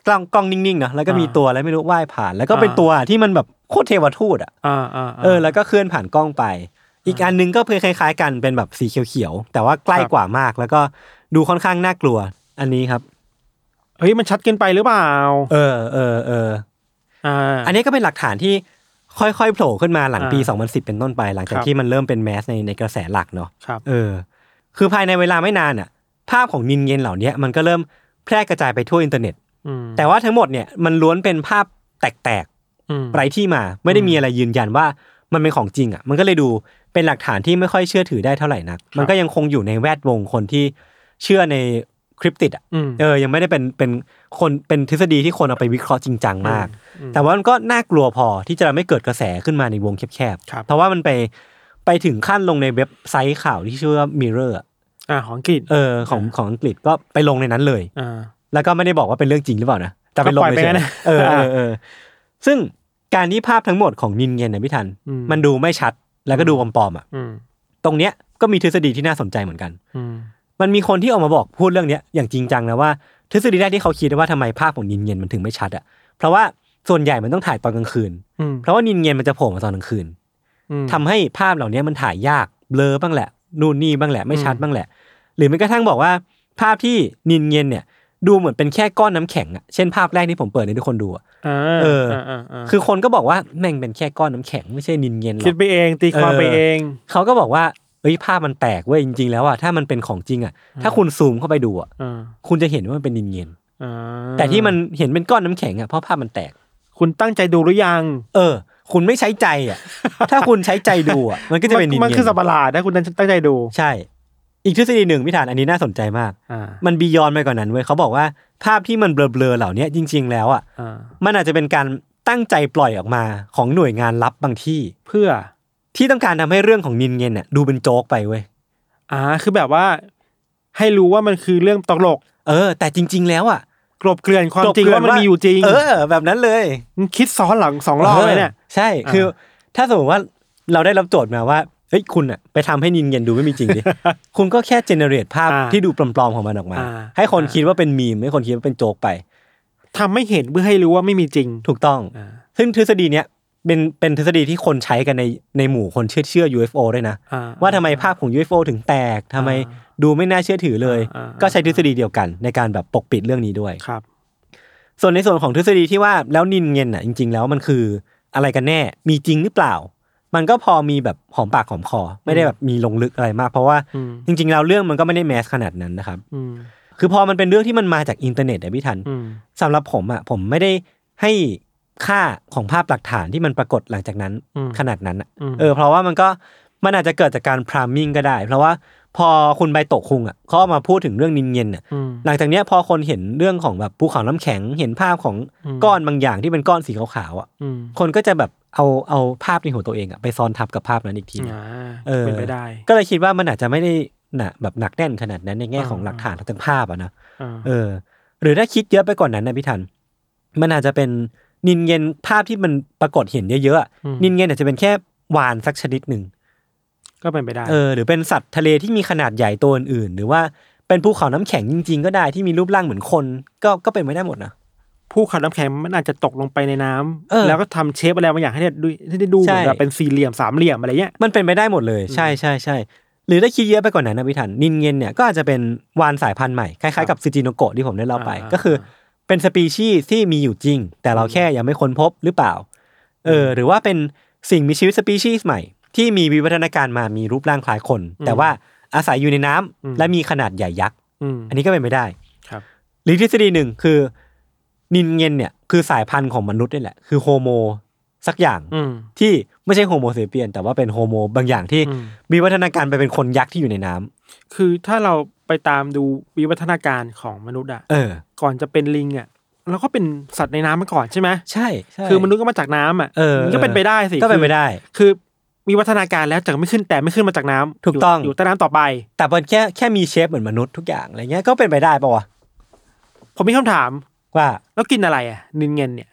A: กล้องกล้องนิ่งๆเนาะแล้วก็มี
B: อ่า
A: ตัวอะไรไม่รู้ว่ายผ่าน แล้วก็เป็น
B: อ่า
A: ตัวที่มันแบบโคตรเทวทูตอ่ะ
B: อ่าอ่า
A: เออแล้วก็เคลื่อนผ่านกล้องไป อีกอันหนึงก็เป็นคล้ายๆ กันเป็นแบบสีเขียวๆแต่ว่าใกล้กว่ามาก แล้วก็ดูค่อนข้างน่ากลัว อันนี้ครับ
B: เฮ้ยมันชัดเกินไปหรือเปล่า
A: เออเออเออ
B: อ่า
A: อันนี้ก็เป็นหลักฐานที่ค่อยๆโผล่ขึ้นมาหลังปี
B: อ่า
A: 2010 เป็นต้นไป หลังจาก
B: ครับ
A: ที่มันเริ่มเป็นแมสในในกระแสหลักเนาะ
B: ครับ
A: เออ คือภายในเวลาไม่นานอ่ะ ภาพของนินเย็นเหล่าเนี้ยมันก็เริ่มแพร่กระจายไปทั่วอินเทอร์เน็ต
B: อืม
A: แต่ว่าทั้งหมดเนี่ยมันล้วนเป็นภาพแตก
B: อืม
A: ๆไร้ที่มา ไม่ได้มีอะไรยืนยันว่ามันเป็นของจริงอ่ะ มันก็เลยดูเป็นหลักฐานที่ไม่ค่อยเชื่อถือได้เท่าไหร่นัก มันก็ยังคงอยู่ในแวดวงคนที่ เชื่อในคริปติดอ่ะ
B: อืม
A: เออยังไม่ได้เป็นเป็นคนเป็นทฤษฎีที่คนเอาไปวิเคราะห์จริงจังมาก
B: อืม
A: แต่ว่ามันก็น่ากลัวพอที่จะทำให้เกิดกระแสขึ้นมาในวงแคบ
B: ครับ
A: ๆเพราะว่ามันไปไปถึงขั้นลงในเว็บไซต์ข่าวที่ชื่อว่า Mirror อะ
B: อ่าของอังกฤษ
A: เออของของอังกฤษก็ไปลงในนั้นเลย
B: อ่า
A: แล้วก็ไม่ได้บอกว่าเป็นเรื่องจริงหรือเปล่านะแต่เป็นลง
B: ก็ปล่อยไปงั้น
A: เฉย
B: นะ
A: ๆเออเออเออซึ่งการที่ภาพทั้งหมดของนินเงียนเนี่ยพี่ทัน
B: อืม
A: มันดูไม่ชัดแล้วก็ดูปลอมๆอ่ะ
B: อืม
A: ตรงเนี้ยก็มีทฤษฎีที่น่าสนใจเหมือนกัน
B: อืม
A: มันมีคนที่ออกมาบอกพูดเรื่องเนี้ยอย่างจริงจังนะว่าทฤษฎีแรกที่เขาคิดว่าทำไมภาพของนินเงียนมันถึงไม่ชัดอ่ะเพราะว่าส่วนใหญ่มันต้องถ่ายตอนกลางคืน
B: อืม
A: เพราะว่านินเงียนมันจะโผล่มาตอนกลางคืน
B: อืม
A: ทำให้ภาพเหล่านี้มันถ่ายยากเบลอบ้างแหละ นู่นนี่บ้างแหละไม่ชัด
B: อืม
A: บ้างแหละ หรือแม้กระทั่งบอกว่า ภาพที่นินเงียนเนี่ย ดูเหมือนเป็นแค่ก้อนน้ำแข็งอะเช่นภาพแรกที่ผมเปิดให้ทุกคนดูอะ
B: อ่า
A: เออ
B: าา
A: คือคนก็บอกว่าแม่งเป็นแค่ก้อนน้ำแข็งไม่ใช่นินเงียนหร
B: คิ
A: อ
B: ด
A: ก
B: ไปเองตีความ
A: เออ
B: ไปเอง
A: เขาก็บอกว่าเอ้ยภาพมันแตกเว้ยจริง ๆ แล้วอะถ้ามันเป็นของจริงอะถ้าคุณซูมเข้าไปดูอะ
B: อ่า
A: คุณจะเห็นว่ามันเป็นนินเงียน
B: อ่า
A: แต่ที่มันเห็นเป็นก้อนน้ำแข็งอะเพราะภาพมันแตก
B: คุณตั้งใจดูหรือยัง
A: เออ คุณไม่ใช้ใจอะ ถ้าคุณใช้ใจดูอะมันก็จะเป็นนินเงียน
B: มันคือสับประหลาดนะคุณตั้งใจดู
A: ใช่ อีกทฤษฎีหนึ่งพิธานอันนี้น่าสนใจมาก
B: อ่า
A: มันบียอนไปกว่านนั้นเว้ยเขาบอกว่าภาพที่มันเบลอๆเหล่าเนี้ยจริง ๆ แล้วอ่ะ
B: อ่า
A: มันอาจจะเป็นการตั้งใจปล่อยออกมาของหน่วยงานลับบางที่
B: เพื่อ
A: ที่ต้องการทำให้เรื่องของนินเงินเนี่ยดูเป็นโจ๊กไปเว้ย
B: อ่า คือแบบว่า ให้รู้ว่ามันคือเรื่องตลก
A: เออ แต่จริง ๆ แล้วอ่ะ
B: กลบเกลื่อนความจริง
A: กลบเกลื่
B: ว่ามันมีอยู่จริง
A: เออ แบบนั้นเลย
B: มึงคิดซ้อนหลังสองรอบเลยเนี่ย
A: ใช่คือ ถ้าสมมติว่าเราได้รับโจทย์มาว่าเฮ้ยคุณอ่ะไปทำให้นินเงินดูไม่มีจริง ดิ คุณก็แค่เจเนเรตภาพ
B: อ่า
A: ที่ดูปลอมๆของมันออกมา
B: อ่า
A: ให้คน
B: อ่า
A: คิดว่าเป็นมีมให้คนคิดว่าเป็นโจ๊กไป
B: ทำไม่เห็นเพื่อให้รู้ว่าไม่มีจริง
A: ถูกต้อง
B: อ่า
A: ซึ่งทฤษฎีเนี้ยเป็นเป็นทฤษฎีที่คนใช้กันในในหมู่คนเชื่อเชื่อ UFO ด้วยนะ
B: อ่
A: ว่าทำไมภาพของ UFO ถึงแตกทำไม
B: อ่
A: ดูไม่น่าเชื่อถือเลย
B: อ่าอ่า
A: ก็ใช้ทฤษฎีเดียวกันในการแบบปกปิดเรื่องนี้ด้วย
B: ครับ
A: ส่วนในส่วนของทฤษฎีที่ว่าแล้วนินเงินอ่ะจริง ๆ แล้วมันคืออะไรกันแน่มีจริงหรือเปล่า มันก็พอมีแบบหอมปากหอมคอ ไม่ได้แบบมีลงลึกอะไรมาก เพราะว่า
B: อืม
A: จริง ๆ แล้วเรื่องมันก็ไม่ได้แมสขนาดนั้นนะครับ
B: อืม
A: คือพอมันเป็นเรื่องที่มันมาจากอินเทอร์เน็ตอะพี่ทัน
B: อืม
A: สำหรับผมอะผมไม่ได้ให้ค่าของภาพหลักฐานที่มันปรากฏหลังจากนั้น
B: อืม
A: ขนาดนั้นอะ
B: อืม
A: เออเพราะว่ามันก็มันอาจจะเกิดจากการพรามมิ่งก็ได้ เพราะว่าพอคุณใบโตะคุงอะเขาเอามาพูดถึงเรื่องนินเย็นอะ
B: อืม
A: หลังจากเนี้ยพอคนเห็นเรื่องของแบบภูเขาน้ำแข็งเห็นภาพของ
B: อืม
A: ก้อนบางอย่างที่เป็นก้อนสีขาวๆอะ
B: อืม
A: คนก็จะแบบเอาเอาภาพในหัวตัวเองอะไปซ้อนทับกับภาพนั้นอีกทีหนึ่ง
B: อ่า
A: เออ
B: เป็นไปได้
A: ก็เลยคิดว่ามันอาจจะไม่ได้หนะแบบหนักแน่นขนาดนั้นในแง่ของหลักฐานทางภาพอะนะ
B: อ่า
A: เออหรือถ้าคิดเยอะไปกว่อนนั้นนะพี่ทัน มันอาจจะเป็นนินเย็นภาพที่มันปรากฏเห็นเยอะๆอะนินเย็นอาจจะเป็นแค่วานสักชนิดหนึ่ง
B: ก็เป็นไปได้
A: เออหรือเป็นสัตว์ทะเลที่มีขนาดใหญ่ตัวอื่นๆหรือว่าเป็นภูเขาน้ำแข็งจริง ๆ ก็ได้ที่มีรูปร่างเหมือนคน ก็ก็เป็นไปได้หมดนะ
B: ผู้ขับน้ำแข็งมันอาจจะตกลงไปในน้ำ
A: เออ
B: แล้วก็ทำเชฟอะไรบางอย่างให้ได้ดูให้ได้ดู
A: ใช่
B: เหมือนแบบเป็นสี่เหลี่ยมสามเหลี่ยมอะไรเงี้ย
A: มันเป็นไปได้หมดเลยใช่ใช่ใช่หรือถ้าคิดเยอะไปกว่อนนั้นนะพี่ทันนินเย็นเนี่ยก็อาจจะเป็นวานสายพันธุ์ใหม่คล้ายๆกับซูจิโนโกะที่ผมได้เล่าไป
B: อ่า
A: ก็คือ เป็นสปีชีส์ที่มีอยู่จริง แต่เราแค่ยังไม่ค้นพบหรือเปล่า เออ หรือว่าเป็นสิ่งมีชีวิตสปีชีส์ใหม่ ที่มีวิวัฒนาการมามีรูปร่างคล้ายคน แต่ว่าอาศัยอยู่ในน้ำและมีขนาดใหญ่ยักษ์
B: อืม
A: อันนี้ก็เป็นไปได้
B: ครับ
A: หรือทฤษฎีหนึ่งคือ นินเงนเนี่ยคือสายพันธุ์ของมนุษย์นี่แหละ คือโฮโมสักอย่าง
B: อืม
A: ที่ไม่ใช่โฮโมเซเปียน แต่ว่าเป็นโฮโมบางอย่างที่
B: อืม
A: มีวัฒนาการไปเป็นคนยักษ์ที่อยู่ในน้ำ
B: คือถ้าเราไปตามดูวิวัฒนาการของมนุษย์อะ
A: เออ
B: ก่อนจะเป็นลิงอะเราก็เป็นสัตว์ในน้ำมาก่อนใช่ไหม
A: ใช่ใช่
B: คือมนุษย์ก็มาจากน้ำอะ
A: เออ
B: มันก็เป็นไปได้สิ
A: ก็เป็นไปได้
B: คือคือมีวัฒนาการแล้วแต่ไม่ขึ้นแต่ไม่ขึ้นมาจากน้ำ
A: ถูกต้อง
B: ยู่ยู่ใต้น้ำต่อไป
A: แต่มันแค่แค่มีเชฟเหมือนมนุษย์ทุกอย่างอะไรเงี้ยก็เป็นไปได้ปะวะ
B: ผมมีคำถาม
A: ว่า
B: แล้วกินอะไรอะนินเงินเนี่ย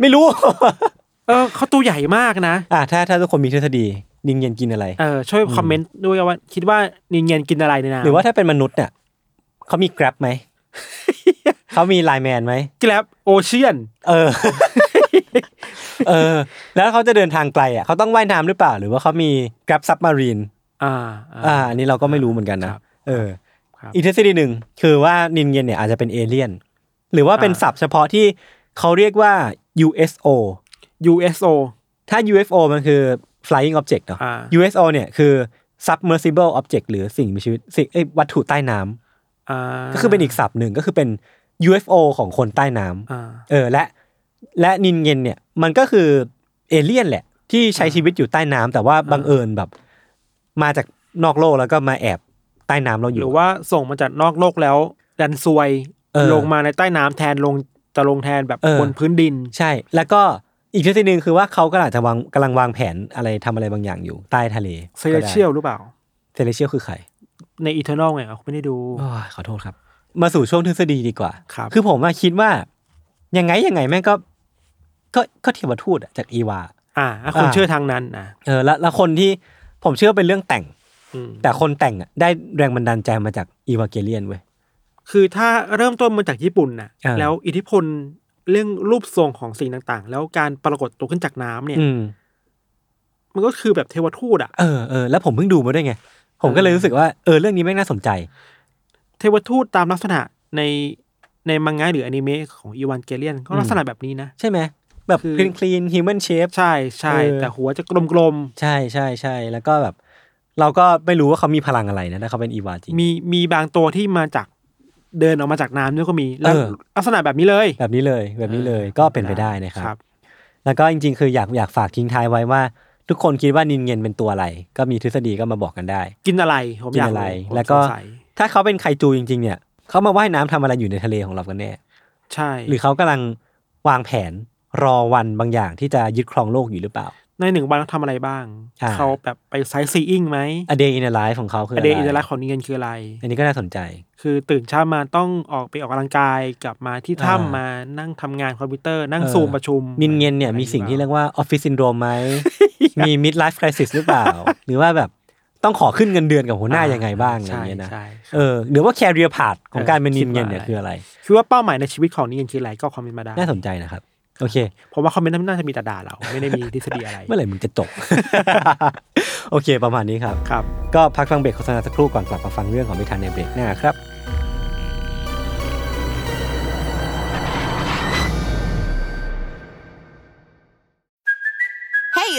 A: ไม่รู้
B: เออเขาตัวใหญ่มากนะ
A: อ่ะถ้าถ้าทุกคนมีทฤษฎีนิงเย็นกินอะไร
B: เออช่วยคอมเมนต์ด้วยว่าคิดว่านินเงินกินอะไรในน้ำ
A: หรือว่าถ้าเป็นมนุษย์เนี่ยเขามี Grab ไหม เขามีไลแมนไหม
B: แกลบโอเชียน
A: เออ เออ แล้วเขาจะเดินทางไกลอ่ะเขาต้องว่ายน้ำหรือเปล่า หรือว่าเขามี Grab ซับมารีน
B: อ่า
A: อ่าอันนี้เราก็ไม่รู้เหมือนกันนะครับ เออ
B: ครับ
A: อีกทฤษฎีหนึ่งคือว่านินเย็นเนี่ยอาจจะเป็นเอเลี่ยน หรือว่าเป็นศัพท์เฉพาะที่เขาเรียกว่า USO
B: USO
A: ถ้า UFO มันคือ flying object เนาะ
B: อ่า
A: USO เนี่ยคือ submersible object หรือสิ่งมีชีวิตสิ่งเอ้ยวัตถุใต้น้ำ
B: อ่า
A: ก็คือเป็นอีกศัพท์หนึ่งก็คือเป็น UFO ของคนใต้น้ำ
B: อ่า
A: เออและและนินเย็นเนี่ยมันก็คือเอเลี่ยนแหละ ที่ใช้ชีวิตอยู่ใต้น้ำแต่ว่าบังเอิญแบบ มาจาก นอกโลกแล้วก็มาแอบใต้น้ำเราอ
B: ห
A: ยู่
B: รือว่าส่งมาจากนอกโลกแล้ว ดันซวย
A: เออ
B: ลงมาในใต้น้ำแทนลงจะลงแทนแบบ
A: เออ
B: บนพื้นดิน
A: ใช่ แล้วก็อีกทฤษฎีหนึ่งคือว่าเขากำลังจะวางกำลังวางแผนอะไรทำอะไรบางอย่างอยู่ใต้ทะเล
B: เซเลเชียลหรือเปล่า
A: เซเลเชียลคือใคร
B: ในอีเทอร์นอลไงอ่ะผมไม่ได้ดู
A: โอ้ยขอโทษครับ มาสู่ช่วงทฤษฎีดีกว่า
B: ครับ
A: อผมอะคิดว่า ยังไงยังไงแม่งก็ ก็ก็เทวทูตอะจากอีวา
B: อ่าถ้าคุณ
A: อ่า
B: เชื่อทางนั้นนะ
A: เออแล้วแล้วคนที่ผมเชื่อเป็นเรื่องแต่ง
B: อืม
A: แต่คนแต่งอะได้แรงบันดาลใจมาจากอีวาเกเลียนเว้ย
B: คือถ้าเริ่มต้นมาจากญี่ปุ่นนะ
A: อ่า
B: แล้วอิทธิพลเรื่องรูปทรงของสิ่งต่างๆ แล้วการปรากฏตัวขึ้นจากน้ำเนี่ย
A: อืม
B: มันก็คือแบบเทวทูตอ่ะ
A: เออเออแล้วผมเพิ่งดูมาด้วยไง ผมก็เลยรู้สึกว่าเออเรื่องนี้แม่งน่าสนใจ
B: เทวทูตตามลักษณะในในมังงะหรืออนิเมะของอีวานเกเลียนก็ลักษณะแบบนี้นะ
A: ใช่ไหมแบบ
B: คือ
A: คลีนคลีนฮิวแมนเชฟ
B: ใช่ใช่
A: เออ
B: แต่หัวจะกลม
A: ใช่ใช่ใช่แล้วก็แบบ เราก็ไม่รู้ว่าเขามีพลังอะไรนะถ้าเขาเป็นอีวาจริง
B: ๆมีมีบางตัวที่มาจากเดินออกมาจากน้ำด้วยก็มีแล้ว
A: เออ
B: ลักษณะแบบนี้เลย
A: แบบนี้เลยแบบนี้เลยก็เป็นไปได้นะครับ
B: ครับ
A: แล้วก็จริงๆ คืออยากอยากฝากทิ้งท้ายไว้ว่า ทุกคนคิดว่านินเงินเป็นตัวอะไร ก็มีทฤษฎีก็มาบอกกันได้
B: กินอะไรผม
A: กิ
B: อน ยาก
A: อะไร
B: ผม
A: แล้วก็
B: สงสัย
A: ถ้าเขาเป็นไคจูจริง ๆ เนี่ยเขามาว่ายน้ำทำอะไรอยู่ในทะเลของเรากันแน่
B: ใช่
A: หรือเขากำลังวางแผนรอวันบางอย่างที่จะยึดครองโลกอยู่หรือเปล่า
B: ในหนึ่งวันเขาทำอะไรบ้าง
A: อ่า
B: เขาแบบไปไซซีอิงไหม
A: A day in the life ของเขาคือ
B: ป
A: อะ
B: ระ
A: ไร
B: เด็นอินเตอร์แลกของนิเงินคืออะไร
A: อันนี้ก็น่าสนใจ
B: คือตื่นเช้ามาต้องออกไปออกกำลังกายกลับมาที่
A: อ่า
B: ถ้ำมานั่งทำงานคอมพิวเตอร์นั่ง
A: เออ
B: ซูมประชุม
A: นินเงินเนี่ยมีสิ่งที่เรียกว่าออฟฟิศซินโดร มไหม มีมิดไลฟ์คริสหรือเปล่า หรือว่าแบบต้องขอขึ้นเงินเดือนกับหัวหน้ายังไงบ้างอะไรอย่างเงี้ยนะ
B: ใช่ใช่
A: เออหรือว่าแคเรียพาดของการเป็น
B: เออ
A: นินเงินเนี่ย
B: คิ
A: คื
B: ดว่า
A: ออะไร
B: คิดว่าเป้าหมายในชีวิตของนิเงินคืออะไรก็คอมเมนต์มาได้
A: น่าสนใจนะครับ โอเค
B: ผมว่าคอมเมนต์นั้นน่าจะมีแต่ด่าเรา ไม่ได้มีทฤษฎีอะไร
A: เมื่อไหร่มึงจะจบ โอเค ประมาณนี้ครับ
B: ครับ
A: ก็พักฟังเบรกโฆษณาสักครู่ก่อนกลับมาฟังเรื่องของนิทานในเบรกหน้าครับ
C: Hey,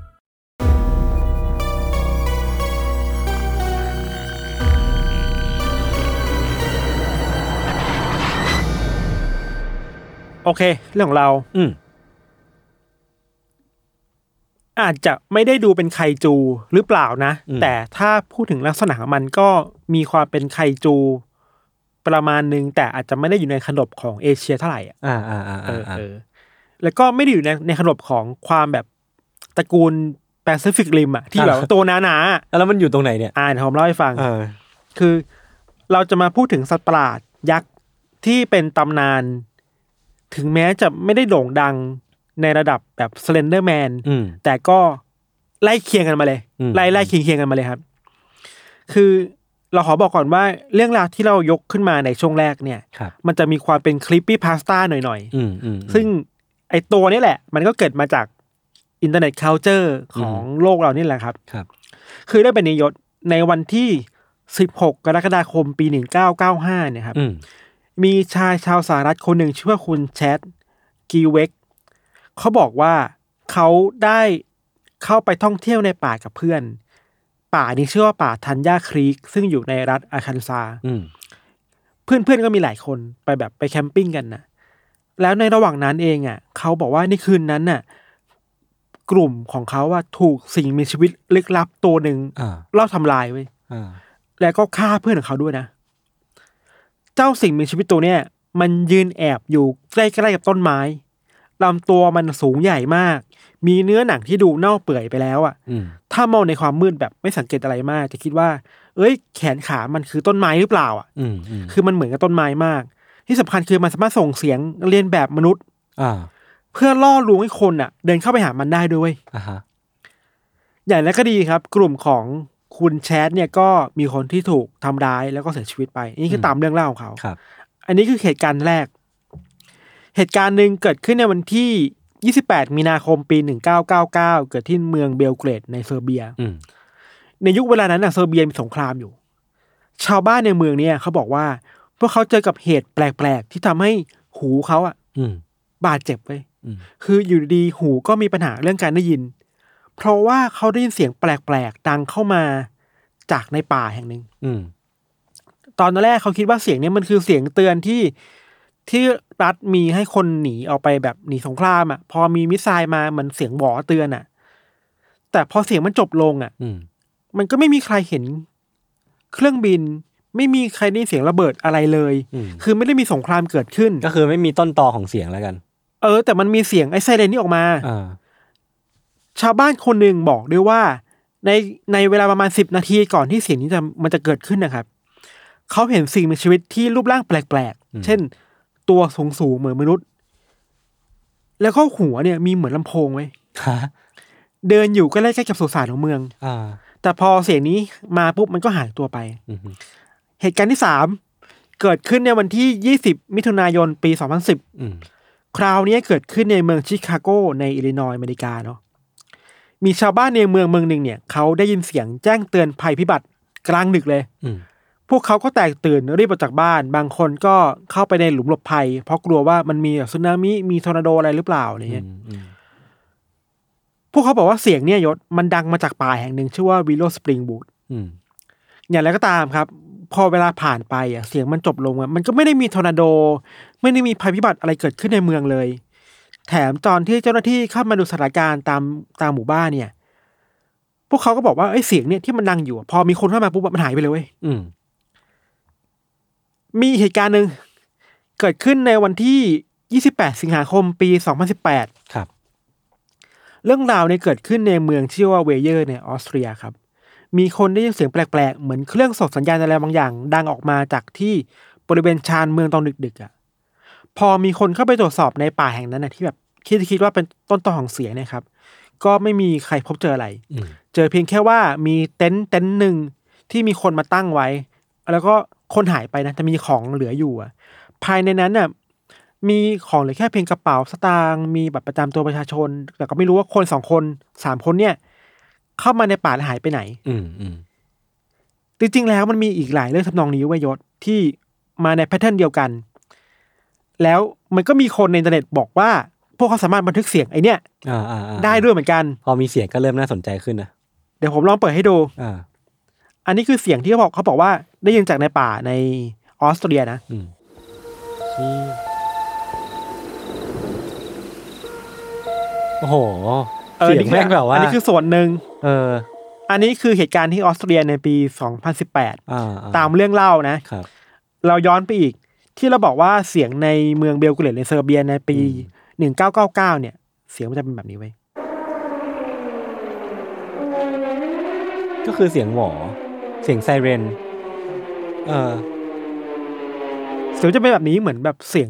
B: โอเค เรื่องของเรา
A: อืม
B: อาจจะไม่ได้ดูเป็นไคจูหรือเปล่านะ แต่ถ้าพูดถึงลักษณะของมันก็มีความเป็นไคจูประมาณหนึ่งแต่อาจจะไม่ได้อยู่ในขนบของเอเชียเท่าไหร่อะ
A: อ่าอ่าอ่า
B: เออ
A: อ่า
B: เออแล้วก็ไม่ได้อยู่ในในขนบของความแบบตระกูลแปซิฟิกริมอะที่แบบว่าตัวหนาๆอะ
A: แล้วมันอยู่ตรงไหนเนี่ย
B: อ่านผมเล่าให้ฟัง
A: เออ
B: คือเราจะมาพูดถึงสัตว์ประหลาดยักษ์ที่เป็นตำนาน ถึงแม้จะไม่ได้โด่งดังในระดับแบบสเลนเดอร์แมน
A: อืม
B: แต่ก็ไล่เคียงกันมาเลย
A: อืม
B: ไล่ไล่เคียงเคียงกันมาเลยครับ คือเราขอบอกก่อนว่าเรื่องราวที่เรายกขึ้นมาในช่วงแรกเนี่ย
A: ครับ
B: มันจะมีความเป็นคลิปปี้พาสต้าหน่อยๆ
A: อืมอืม
B: ซึ่งไอตัวนี่แหละ มันก็เกิดมาจากอินเทอร์เน็ตค u เจอร์ของโลกเรานี่แหละครับ
A: ครับ
B: คือได้เป็นนิยศในวันที่ 16 กรกฎาคมปี 1995 เนี่ยครับ
A: อืม
B: มีชายชาวสหรัฐคนหนึ่งชื่อว่าคุณแชทกีเวกเขาบอกว่าเขาได้เข้าไปท่องเที่ยวในป่ากับเพื่อน ป่านี้ชื่อว่าป่าทันยาครีก ซึ่งอยู่ในรัฐอาคันซา
A: อืม
B: เพื่อนๆก็มีหลายคนไปแบบไปแคมปิ้งกันนะแล้วในระหว่างนั้นเองอ่ะเขาบอกว่าในคืนนั้นน่ะ กลุ่มของเขาว่าถูกสิ่งมีชีวิตลึกลับตัวหนึ่ง
A: อ่า
B: เล่าทำลายไว้ย
A: อ่า
B: แล้วก็ฆ่าเพื่อนของเขาด้วยนะ เจ้าสิ่งมีชีวิตตัวเนี้ยมันยืนแอบอยู่ใกล้ๆกับต้นไม้ลำตัวมันสูงใหญ่มาก มีเนื้อหนังที่ดูเน่าเปื่อยไปแล้วอ่ะ
A: อืม
B: ถ้ามองในความมืดแบบไม่สังเกตอะไรมาก จะคิดว่า เอ้ย แขนขามันคือต้นไม้หรือเปล่าอ่ะ
A: อืมอืม
B: คือมันเหมือนกับต้นไม้มาก ที่สำคัญคือมันสามารถส่งเสียงเรียนแบบมนุษย์
A: อ่า
B: เพื่อล่อลวงให้คนอ่ะ เดินเข้าไปหามันได้ด้วย
A: อ่าฮะ
B: อย่างนั้นก็ดีครับ กลุ่มของคุณแชทเนี่ยก็มีคนที่ถูกทำร้ายแล้วก็เสียชีวิตไป นี่คือตามเรื่องเล่าของเขา
A: ครับ
B: อันนี้คือเหตุการณ์แรก เหตุการณ์หนึ่งเกิดขึ้นในวันที่ 28 มีนาคมปี 1999 เกิดที่เมืองเบลเกรดในเซอร์เบีย
A: อืม
B: ในยุคเวลานั้นน่ะเซอร์เบียมีสงครามอยู่ ชาวบ้านในเมืองเนี่ยเขาบอกว่า พวกเขาเจอกับเหตุแปลกๆ ที่ทำให้หูเขาอะ
A: อืม
B: บาดเจ็บไป
A: อืม
B: คืออยู่ดีๆหูก็มีปัญหาเรื่องการได้ยิน เพราะว่าเขาได้ยินเสียงแปลกๆดังเข้ามาจากในป่าแห่งหนึ่ง
A: อืม
B: ตอนแรกเขาคิดว่าเสียงเนี้มันคือเสียงเตือนที่ที่รัฐมีให้คนหนีออกไปแบบหนีสงครามอ่ะ พอมีมิสไซล์มาเหมือนเสียงหวอเตือนอ่ะ แต่พอเสียงมันจบลงอ่ะ
A: อืม
B: มันก็ไม่มีใครเห็นเครื่องบิน ไม่มีใครได้ยินเสียงระเบิดอะไรเลย
A: อืม
B: คือไม่ได้มีสงครามเกิดขึ้น
A: ก็คือไม่มีต้นตอของเสียงแล้วกัน
B: เออ แต่มันมีเสียงไอ้ไซเรนนี่ออกมา
A: อ่า
B: ชาวบ้านคนหนึ่งบอกด้วยว่า ในในเวลาประมาณสิบนาทีก่อนที่เสียงนี้จะมันจะเกิดขึ้นนะครับ เขาเห็นสิ่งมีชีวิตที่รูปร่างแปลกๆ เช่น ตัวสูงสูงๆเหมือนมนุษย์ แล้วก็หัวเนี่ยมีเหมือนลำโพงไว้ย
A: ฮะ
B: เดินอยู่ใกล้ๆกับสุสานของเมือง
A: อ่า
B: แต่พอเสียงนี้มาปุ๊บมันก็หายตัวไป
A: อืมฮึ
B: เหตุการณ์ที่สามเกิดขึ้นในวันที่ยี่สิบมิถุนายนปีสองพันสิบ
A: อืม
B: คราวนี้เกิดขึ้นในเมืองชิคาโกในอิลลินอยส์อเมริกาเนาะ มีชาวบ้านในเมืองเมืองหนึ่งเนี่ย เขาได้ยินเสียงแจ้งเตือนภัยพิบัติกลางดึกเลย
A: อืม
B: พวกเขาก็แตกตื่นรีบออกจากบ้าน บางคนก็เข้าไปในหลุมหลบภัย เพราะกลัวว่ามันมีแบบสึนามิมีทอร์นาโดอะไรหรือเปล่าอะไร
A: อื
B: เงี้ย
A: มอืม
B: พวกเขาบอกว่าเสียงเนี่ยยศมันดังมาจากป่าแห่งหนึ่งชื่อว่าวิโลสปริงบูด
A: อืม
B: อย่างไรก็ตามครับ พอเวลาผ่านไปอะเสียงมันจบลงอะมันก็ไม่ได้มีทอร์นาโด ไม่ได้มีภัยพิบัติอะไรเกิดขึ้นในเมืองเลย แถมตอนที่เจ้าหน้าที่เข้ามาดูสถานการณ์ตามตามหมู่บ้านเนี่ย พวกเขาก็บอกว่าไอ้ยเสียงเนี่ยที่มันดังอยู่อะพอมีคนเข้ามาปุ๊บอะมันหายไปเลยเว้ย
A: อืม
B: มีเหตุการณ์หนึ่งเกิดขึ้นในวันที่ 28 สิงหาคมปี 2018
A: ครับ
B: เรื่องราวเนี่ยเกิดขึ้นในเมืองชื่อว่าเวเยอร์ในออสเตรียครับ มีคนได้ยินเสียงแปลกๆ เหมือนเครื่องส่งสัญญาณอะไรบางอย่าง ดังออกมาจากที่บริเวณชานเมืองตอนดึกๆอะ่ะ พอมีคนเข้าไปตรวจสอบในป่าแห่งนั้นนะที่แบบคิดคิดว่าเป็นต้นตอของเสียงเนะครับ ก็ไม่มีใครพบเจออะไร
A: อืม
B: เจอเพียงแค่ว่ามีเต็นท์เต็นท์หนึ่งที่มีคนมาตั้งไว้ แล้วก็คนหายไปนะแต่มีของเหลืออยู่อะภายในนั้นน่ะมีของเหลือแค่เพียงกระเป๋าสตางค์มีบัตรประจำตัวประชาชน แต่ก็ไม่รู้ว่าคนสองคนสามคนเนี่ยเข้ามาในป่าแล้วหายไปไหน
A: อืมอืม
B: จริงๆแล้วมันมีอีกหลายเรื่องทำนองนี้เวยยศที่มาในแพทเทิร์นเดียวกัน แล้วมันก็มีคนในอินเทอร์เน็ตบอกว่า พวกเขาสามารถบันทึกเสียงไอเนี่ย
A: อ่าอ่าอ่า
B: ได้ด้วยเหมือนกัน
A: พอมีเสียงก็เริ่มน่าสนใจขึ้นนะ
B: เดี๋ยวผมลองเปิดให้ดู
A: อ่า
B: อันนี้คือเสียงที่เขาบอกเขาบอกว่าได้ยินจากในป่าในออสเตรียนะ
A: อืมโอ้โห
B: เออ
A: เสียงแม่งแบบว่า
B: อันนี้คือส่วนหนึ่ง
A: เออ
B: อันนี้คือเหตุการณ์ที่ออสเตรียในปี 2018
A: อ่า
B: ตามเรื่องเล่านะ
A: ครับ
B: เราย้อนไปอีก ที่เราบอกว่าเสียงในเมืองเบลกเรดในเซอร์เบียในปี 1999 เนี่ย เสียงมันจะเป็นแบบนี้ไว้ย
A: ก็คือเสียงหวอเสียงไซเรน เออ
B: เสียงมันจะเป็นแบบนี้เหมือนแบบเสียง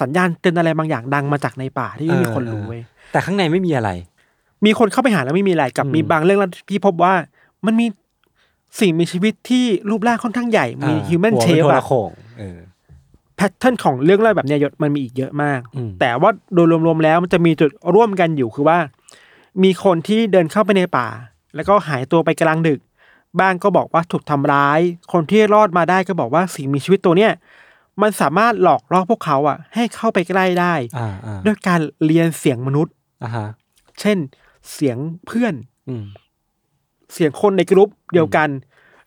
B: สัญญาณเตือนอะไรบางอย่างดังมาจากในป่าที่ไม่มีคนรู้เว้ย
A: แต่ข้างในไม่มีอะไร
B: มีคนเข้าไปหาแล้วไม่มีอะไรกับ
A: อืม
B: มีบางเรื่องแล้วที่พบว่ามันมีสิ่งมีชีวิตที่รูปร่างค่อนข้างใหญ่ มี
A: า
B: human
A: หัวป็
B: shape
A: โทร
B: อะ
A: โขงเออ
B: แพทเทิร์นของเรื่องเล่าแบบเนี้ยยศมันมีอีกเยอะมาก
A: อืม
B: แต่ว่าโดยรวมๆแล้วมันจะมีจุดร่วมกันอยู่คือว่า มีคนที่เดินเข้าไปในป่า แล้วก็หายตัวไปกลางดึก บ้างก็บอกว่าถูกทำร้าย คนที่รอดมาได้ก็บอกว่าสิ่งมีชีวิตตัวเนี้ยมันสามารถหลอกล่อพวกเขาอะให้เข้าไปใกล้ได้
A: อ่าอ่า
B: ด้วยการเรียนเสียงมนุษย์
A: อ่าฮะ
B: เช่น เสียงเพื่อน
A: อืม
B: เสียงคนในกรุ๊ปเดียวกัน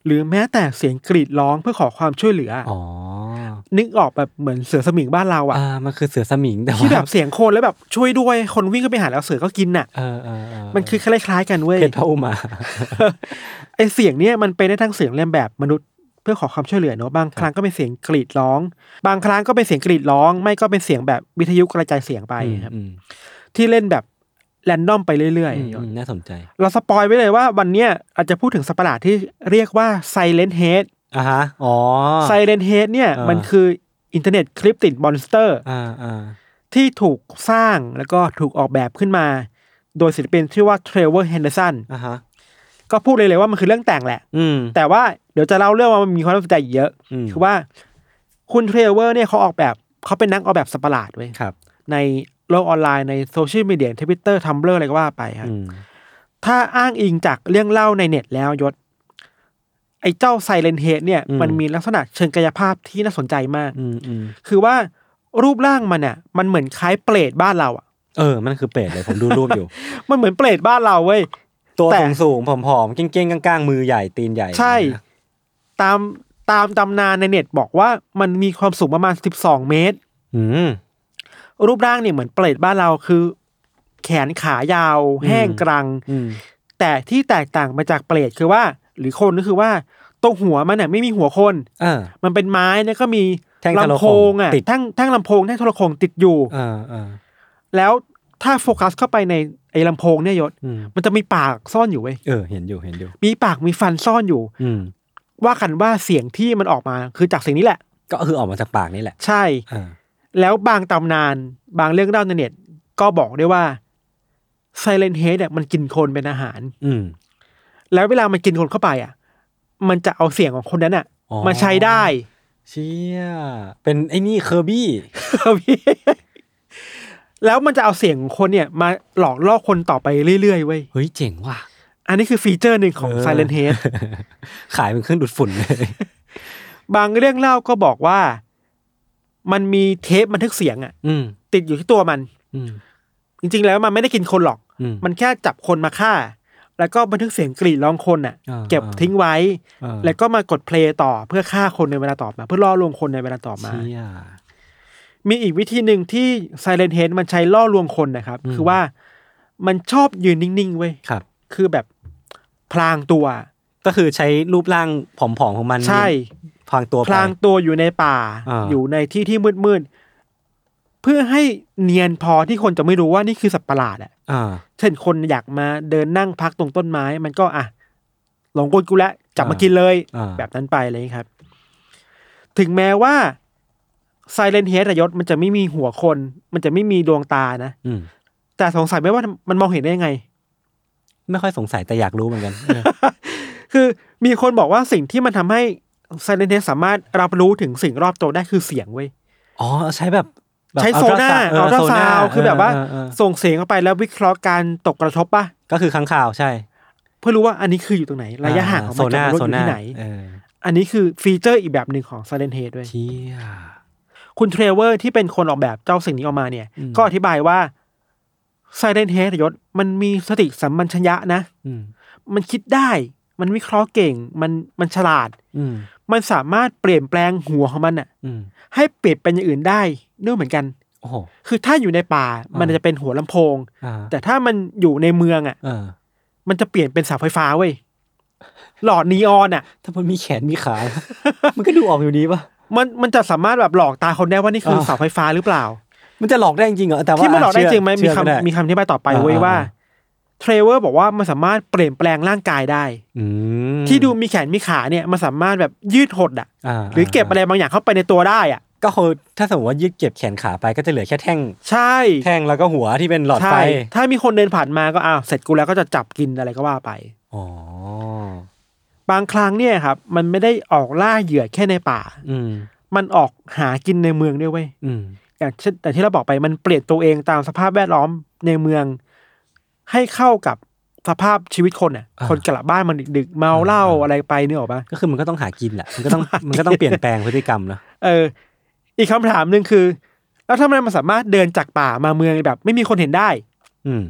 B: หรือแม้แต่เสียงกรีดร้องเพื่อขอความช่วยเหลืออ
A: อ๋อ
B: นึกออกแบบเหมือนเสือสมิงบ้านเราอะ
A: อ่า มันคือเสือสมิงแต่
B: ที่
A: ว่า
B: แบบเสียงคนแล้วแบบช่วยด้วยคนวิ่งก็ไปหาแล้วเสือก็กินน่ะ
A: เออเออเ
B: มันคือคล้ายๆกันเว้ย
A: เพชรพระอุมา
B: ไอเสียงเนี้ยมันเป็นได้ทั้งเสียงเลียนแบบมนุษย์เพื่อขอความช่วยเหลือเนอะบางครั้งก็เป็นเสียงกรีดร้อง บางครั้งก็เป็นเสียงกรีดร้อง ไม่ก็เป็นเสียงแบบวิทยุกระจายเสียงไปครับ
A: อืม
B: ที่เล่นแบบแรนดอมไปเรื่อย
A: อืม
B: ๆ
A: อืมน่าสนใจ
B: เราสปอยไว้เลยว่าวันเนี้ยอาจจะพูดถึงสัตว์ประหลาดที่เรียกว่าไซเลนเฮด
A: อ่าฮะ อ๋อ
B: ไซเรนเฮดเนี่ย
A: อ่ามั
B: มันคืออินเทอร์เน็ตคลิปติดมอนสเตอร์
A: อ่าอ่า
B: ที่ถูกสร้างแล้วก็ถูกออกแบบขึ้นมา โดยศิลปินชื่อว่าเทรเวอร์เฮนเดอร์สัน
A: อ่าฮะ
B: ก็พูดเลยเลยว่ามันคือเรื่องแต่งแหละ
A: อืม
B: แต่ว่าเดี๋ยวจะเล่าเรื่องว่ามันมีความน่าสนใจอีกเยอะ
A: อืม
B: คือว่าคุณเทรเวอร์เนี่ยเขาออกแบบเขาเป็นนักออกแบบสัตว์ประหลาดเว้ย
A: ครับ
B: ในโลกออนไลน์ในโซเชียลมีเดียทวิตเตอร์ทัมเบอร์อะไรก็ว่าไปครับ
A: อืม
B: ถ้าอ้างอิงจากเรื่องเล่าในเน็ตแล้วยศ ไอ้เจ้าไซเลนเฮดเนี่ย
A: อืม
B: มันมีลักษณะเชิงกายภาพที่น่าสนใจมาก
A: อืมอืม
B: คือว่ารูปร่างมันอ่ะมันเหมือนคล้ายเปรตบ้านเราอ่ะ
A: เออ มันคือเปรตเลยผมดูรูปอยู่
B: มันเหมือนเปรตบ้านเราเว้ย
A: ตัว
B: แต่
A: สูงสูงๆผอมๆเก้งๆกลางๆ มือใหญ่ตีนใหญ่
B: ใช่
A: นะ
B: ตามตามตำนานในเน็ตบอกว่ามันมีความสูงประมาณ 12 เมตร
A: อืม
B: รูปร่างเนี่ยเหมือนเปรตบ้านเราคือ แขนขายาว แห้งกรัง
A: อืม
B: แต่ที่แตกต่างมาจากเปรตคือว่า หรือคนก็คือว่าตรงหัวมันเนี่ยไม่มีหัวคน
A: อ่า
B: มันเป็นไม้แล้วก็มี
A: แท่งโทร
B: ลำ
A: โข
B: โพ
A: ง
B: งอ่ะ
A: ติด
B: แท่งแท่งลำโพงแท่งโทรโขงติดอยู่
A: อ่าอ่า
B: แล้วถ้าโฟกัสเข้าไปในไอ้ลำโพงเนี่ยยศ
A: อืม
B: มันจะมีปากซ่อนอยู่เว้ย
A: เออ เห็นอยู่เห็นอยู่
B: มีปากมีฟันซ่อนอยู่
A: อืม
B: ว่ากันว่าเสียงที่มันออกมาคือจากสิ่งนี้แหละ
A: ก็คือออกมาจากปากนี่แหละ
B: ใช่
A: อ่า
B: แล้วบางตำนาน บางเรื่องเล่าในเน็ตก็บอกได้วยว่าไซเลนเฮดเนี่ยมันกินคนเป็นอาหาร
A: อืม
B: แล้วเวลามันกินคนเข้าไปอ่ะ มันจะเอาเสียงของคนนั้นอ่ะ
A: อ๋อ
B: มาใช้ได้
A: เชี่ยเป็นไอ้นี่เคอร์บี้
B: พี่แล้วมันจะเอาเสียงของคนเนี่ย มาหลอกล่อคนต่อไปเรื่อยๆเว้ย
A: เฮ้ยเจ๋ง ว่ะ
B: อันนี้คือฟีเจอร์หนึ่งของ
A: เออ
B: ไซเลนเฮ ด
A: ขายเป็นเครื่องดูดฝุ่นเลย
B: บางเรื่องเล่าก็บอกว่า มันมีเทปบันทึกเสียงอ่ะ
A: อืม
B: ติดอยู่ที่ตัวมัน
A: อืม
B: จริง ๆ แล้วมันไม่ได้กินคนหรอก
A: อืม
B: มันแค่จับคนมาฆ่า แล้วก็บันทึกเสียงกรีดร้องคนน่ะ
A: อ่า
B: เก็บ
A: อ่า
B: ทิ้งไว้
A: เออ
B: แล้วก็มากดเพลย์ต่อเพื่อฆ่าคนในเวลาต่อมา เพื่อล่อลวงคนในเวลาต่อมา
A: เชี่ย
B: มีอีกวิธีหนึ่งที่ไซเลนเฮดมันใช้ล่อลวงคนนะครับ
A: อืม
B: คือว่ามันชอบยืนนิ่งๆเว้ย
A: ครับ
B: คือแบบพลางตัว
A: ก็คือใช้รูปร่างผอมๆของมัน
B: ใช่
A: พลางตัวไป
B: พลางตัวอยู่ในป่า
A: อ่า
B: อยู่ในที่ที่มืดๆเพื่อให้เนียนพอที่คนจะไม่รู้ว่านี่คือสัตว์ประหลาดอะ
A: อ่า
B: เช่นคนอยากมาเดินนั่งพักตรงต้นไม้ มันก็อ่ะหลงกลกูแล้วจับมา
A: อ่ากิ
B: กินเลย
A: อ่า
B: แบบนั้นไปอะไรอย่างนี้ครับ ถึงแม้ว่าไซเลนเฮดยศมันจะไม่มีหัวคน มันจะไม่มีดวงตานะ
A: อืม
B: แต่สงสัยไหมว่ามันมองเห็นได้ยังไง
A: ไม่ค่อยสงสัยแต่อยากรู้เหมือนกันเออ
B: คือมีคนบอกว่าสิ่งที่มันทำให้ไซเลนเฮดสามารถรับรู้ถึงสิ่งรอบตัวได้คือเสียงเว้ย
A: อ๋อ ใช้แบบแบบ
B: ใช้โซน่า
A: ultrasound
B: อัลตราซาว
A: เ
B: คือแบบว่า
A: เออเออ
B: ส่งเสียงเข้าไปแล้ววิเคราะห์การตกกระทบป่ะ
A: ก็คือค้างข่าวใช่
B: เพื่อรู้ว่าอันนี้คืออยู่ตรงไหน ระยะห่างของมันจากมนุษย์อยู่ที่ไหน
A: เออ
B: อันนี้คือฟีเจอร์อีกแบบหนึ่งของ Silent Head ด้วย
A: เชี่ย
B: คุณเทรเวอร์ที่เป็นคนออกแบบเจ้าสิ่งนี้ออกมาเนี่ย
A: อืม
B: ก็อธิบายว่า Silent Head ยศมันมีสติสัมมัญชยะนะ
A: อืม
B: มันคิดได้ มันวิเคราะห์เก่ง มันมันฉลาด
A: อืม
B: มันสามารถเปลี่ยนแปลงหัวของมันอะ
A: อืม
B: ให้เปลี่ยนเป็นอย่างอื่นได้ด้วยเหมือนกัน
A: โอ้โห
B: คือถ้าอยู่ในป่ามันจะเป็นหัวลำโพง
A: อ่า
B: แต่ถ้ามันอยู่ในเมืองอะ
A: เออ
B: มันจะเปลี่ยนเป็นเสาไฟฟ้าเว้ยหลอดนีออนอะ
A: ถ้ามันมีแขนมีขา มันก็ดูออกอยู่ดีป่ะ
B: มันมันจะสามารถแบบหลอกตาคนได้ว่านี่คือ
A: เออ
B: เสาไฟฟ้าหรือเปล่า
A: มันจะหลอกได้จริงเหรอ แต่ว่า
B: ที่มันหลอกได้
A: เชื่
B: จริงไหมมี
A: เชื่อก็ด้
B: คำมีคำที่บายต่อไป
A: อ่า
B: เว้ย
A: อ่า
B: ว่าเทรเวอร์บอกว่ามันสามารถเปลี่ยนแปลงร่างกายได้
A: อืม
B: ที่ดูมีแขนมีขาเนี่ยมันสามารถแบบยืดหดอ่ะ
A: า
B: หรือเก็บอะไรบางอย่างเข้าไปในตัวได้อ่ะ
A: ก็คือถ้าสมมติว่ายืดเก็บแขนขาไปก็จะเหลือแค่แท่ง
B: ใช่
A: แท่งแล้วก็หัวที่เป็นหลอดไฟ
B: ใช่ถ้ามีคนเดินผ่านมาก็อ้าวเสร็จกูแล้วก็จะจับกินอะไรก็ว่าไป
A: อ๋อ
B: บางครั้งเนี่ยครับ มันไม่ได้ออกล่าเหยื่อแค่ในป่า
A: อืม
B: มันออกหากินในเมืองด้วยเว้ย
A: อืม
B: อย่างเช่นแต่ที่เราบอกไปมันเปลี่ยนตัวเองตามสภาพแวดล้อมในเมือง ให้เข้ากับสภาพชีวิตคนอ่ะ
A: อ่า
B: คนกลับบ้านมันดึกๆเมาเหล้าอะไรไปเนี่ยหรอกปะ
A: ก็คือมันก็ต้องหากินแหละ มันก็ต้อง มันก็ต้องเปลี่ยนแปลงพฤติกรรมเนอะ
B: เอออีกคำถามหนึ่งคือ แล้วทำไมมันสามารถเดินจากป่ามาเมืองแบบ ไม่มีคนเห็นได้
A: อืม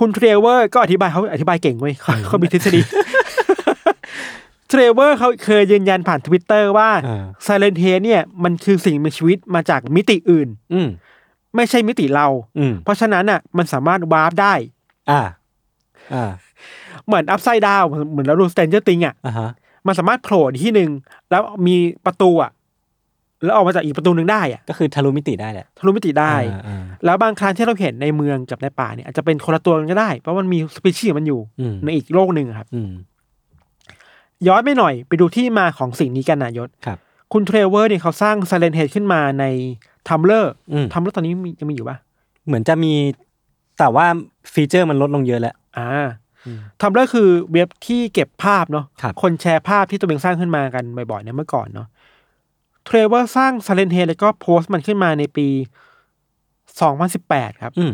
B: คุณเทรเวอร์ก็อธิบายเขาอธิบายเก่งเว้ยเขาเขามีทฤษฎี เทรเวอร์เขาเคยยืนยันผ่านทวิตเตอร์ว่า
A: อ่า
B: ไซเลนเทเนี่ย มันคือสิ่งมีชีวิตมาจากมิติอื่น
A: อืม
B: ไม่ใช่มิติเรา
A: อืม
B: เพราะฉะนั้นอ่ะ มันสามารถวาร์ปได้
A: อ่า อ่า
B: เหมือนอัพไซด์ดาวเหมือนเราดูสแตนเจอร์ติงอ่ะ
A: อ่าฮะ
B: มันสามารถโผล่ที่หนึ่งแล้วมีประตูอ่ะแล้วออกมาจากอีกประตูหนึ่งได้อ่ะ
A: ก็คือทะลุมิติได้แหละ
B: ทะลุมิติได้
A: อ่าอ่า
B: แล้วบางครั้งที่เราเห็นในเมืองกับในป่าเนี่ยอาจจะเป็นคนละตัวกันก็ได้ เพราะมันมีสปีชีส์มันอยู่
A: อืม
B: ในอีกโลกหนึ่งอะครับ
A: อืม
B: ย้อนไปหน่อยไปดูที่มาของสิ่งนี้กันนายศ
A: ครับ
B: คุณเทรเวอร์เนี่ยเขาสร้างไซเลนเฮดขึ้นมาในทัมเลอร์
A: อืม
B: ทัมเลอร์ตอนนี้มียังมีอยู่ปะ
A: เหมือนจะมี แต่ว่าฟีเจอร์มันลดลงเยอะแล้ว
B: อ่า
A: อืม
B: ทัมเลอร์คือเว็บที่เก็บภาพเนาะ
A: ครับ
B: คนแชร์ภาพที่ตัวเองสร้างขึ้นมากันบ่อยๆเนี่ยเมื่อก่อนเนาะเทรเวอร์สร้างไซเลนเฮดแล้วก็โพสต์มันขึ้นมาในปี 2018 ครับ
A: อืม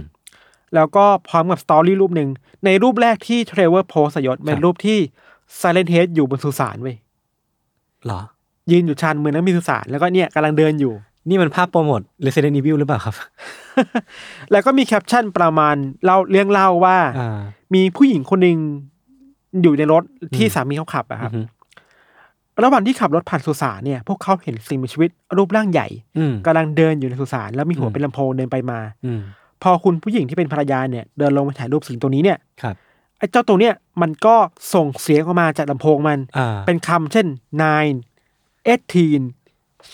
B: แล้วก็พร้อมกับสตอรี่รูปหนึ่ง ในรูปแรกที่เทรเวอร์โพสต์อะยศเป็นรูปที่ Silent Head อยู่บนสุสานเว้ย
A: เหรอ
B: ยืนอยู่ชานเมืองแล้วมีสุสานแล้วก็เนี่ยกำลังเดินอยู่
A: นี่มันภาพโปรโมท Resident Evil หรือเปล่าครับ
B: แล้วก็มีแคปชั่นประมาณเล่าเรื่องเล่าว่า
A: อ่า
B: มีผู้หญิงคนหนึ่งอยู่ในรถที่
A: อืม
B: สามีเขาขับอะครับ
A: อืม
B: ระหว่างที่ขับรถผ่านสุสานเนี่ย พวกเขาเห็นสิ่งมีชีวิตรูปร่างใหญ่
A: อืม
B: กำลังเดินอยู่ในสุสานแล้วมีหัว
A: อืม
B: เป็นลำโพงเดินไปมา
A: อืม
B: พอคุณผู้หญิงที่เป็นภรรยาเนี่ย เดินลงไปถ่ายรูปสิ่งตัวนี้เนี่ย
A: ครับ
B: ไอ้เจ้าตัวเนี่ยมันก็ส่งเสียงออกมาจากลำโพงมัน
A: อ่า
B: เป็นคำเช่น nine eighteen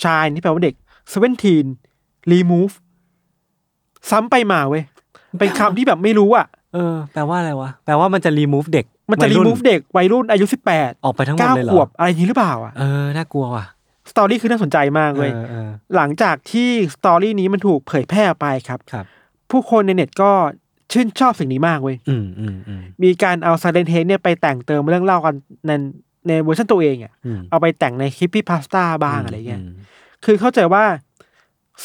B: shine ที่แปลว่าเด็ก seventeen remove ซ้ำไปมาเว้ย เป็นคำที่แบบไม่รู้อ่ะ
A: เออ แปลว่าอะไรวะ แปลว่ามันจะ remove เด็ก
B: มันจะ
A: วัยรุ่
B: remove เด็กวัยรุ่นอายุ 18
A: ออกไปทั้งหมดเลย
B: 9
A: เหร
B: ข
A: อ
B: วบอะไรอย่างนี้หรือเปล่าอ่ะ
A: เออ น่ากลัวว่ะ
B: สตอรี่คือน่าสนใจมากเว้ย
A: ออออ
B: หลังจากที่สตอรี่นี้มันถูกเผยแพร่ออกไปครับ
A: ครับ
B: ผู้คนในเน็ตก็ชื่นชอบสิ่งนี้มากเว้ย
A: อืมอืมอืม
B: มีการเอา Silent Hill เนี่ยไปแต่งเติมเรื่องเล่ากันในในเวอร์ชันตัวเองอ่ะ
A: อืม
B: เอาไปแต่งในคลิปพี่พาสต้าบ้างอะไรเงี้ย
A: ม
B: คือเข้าใจว่า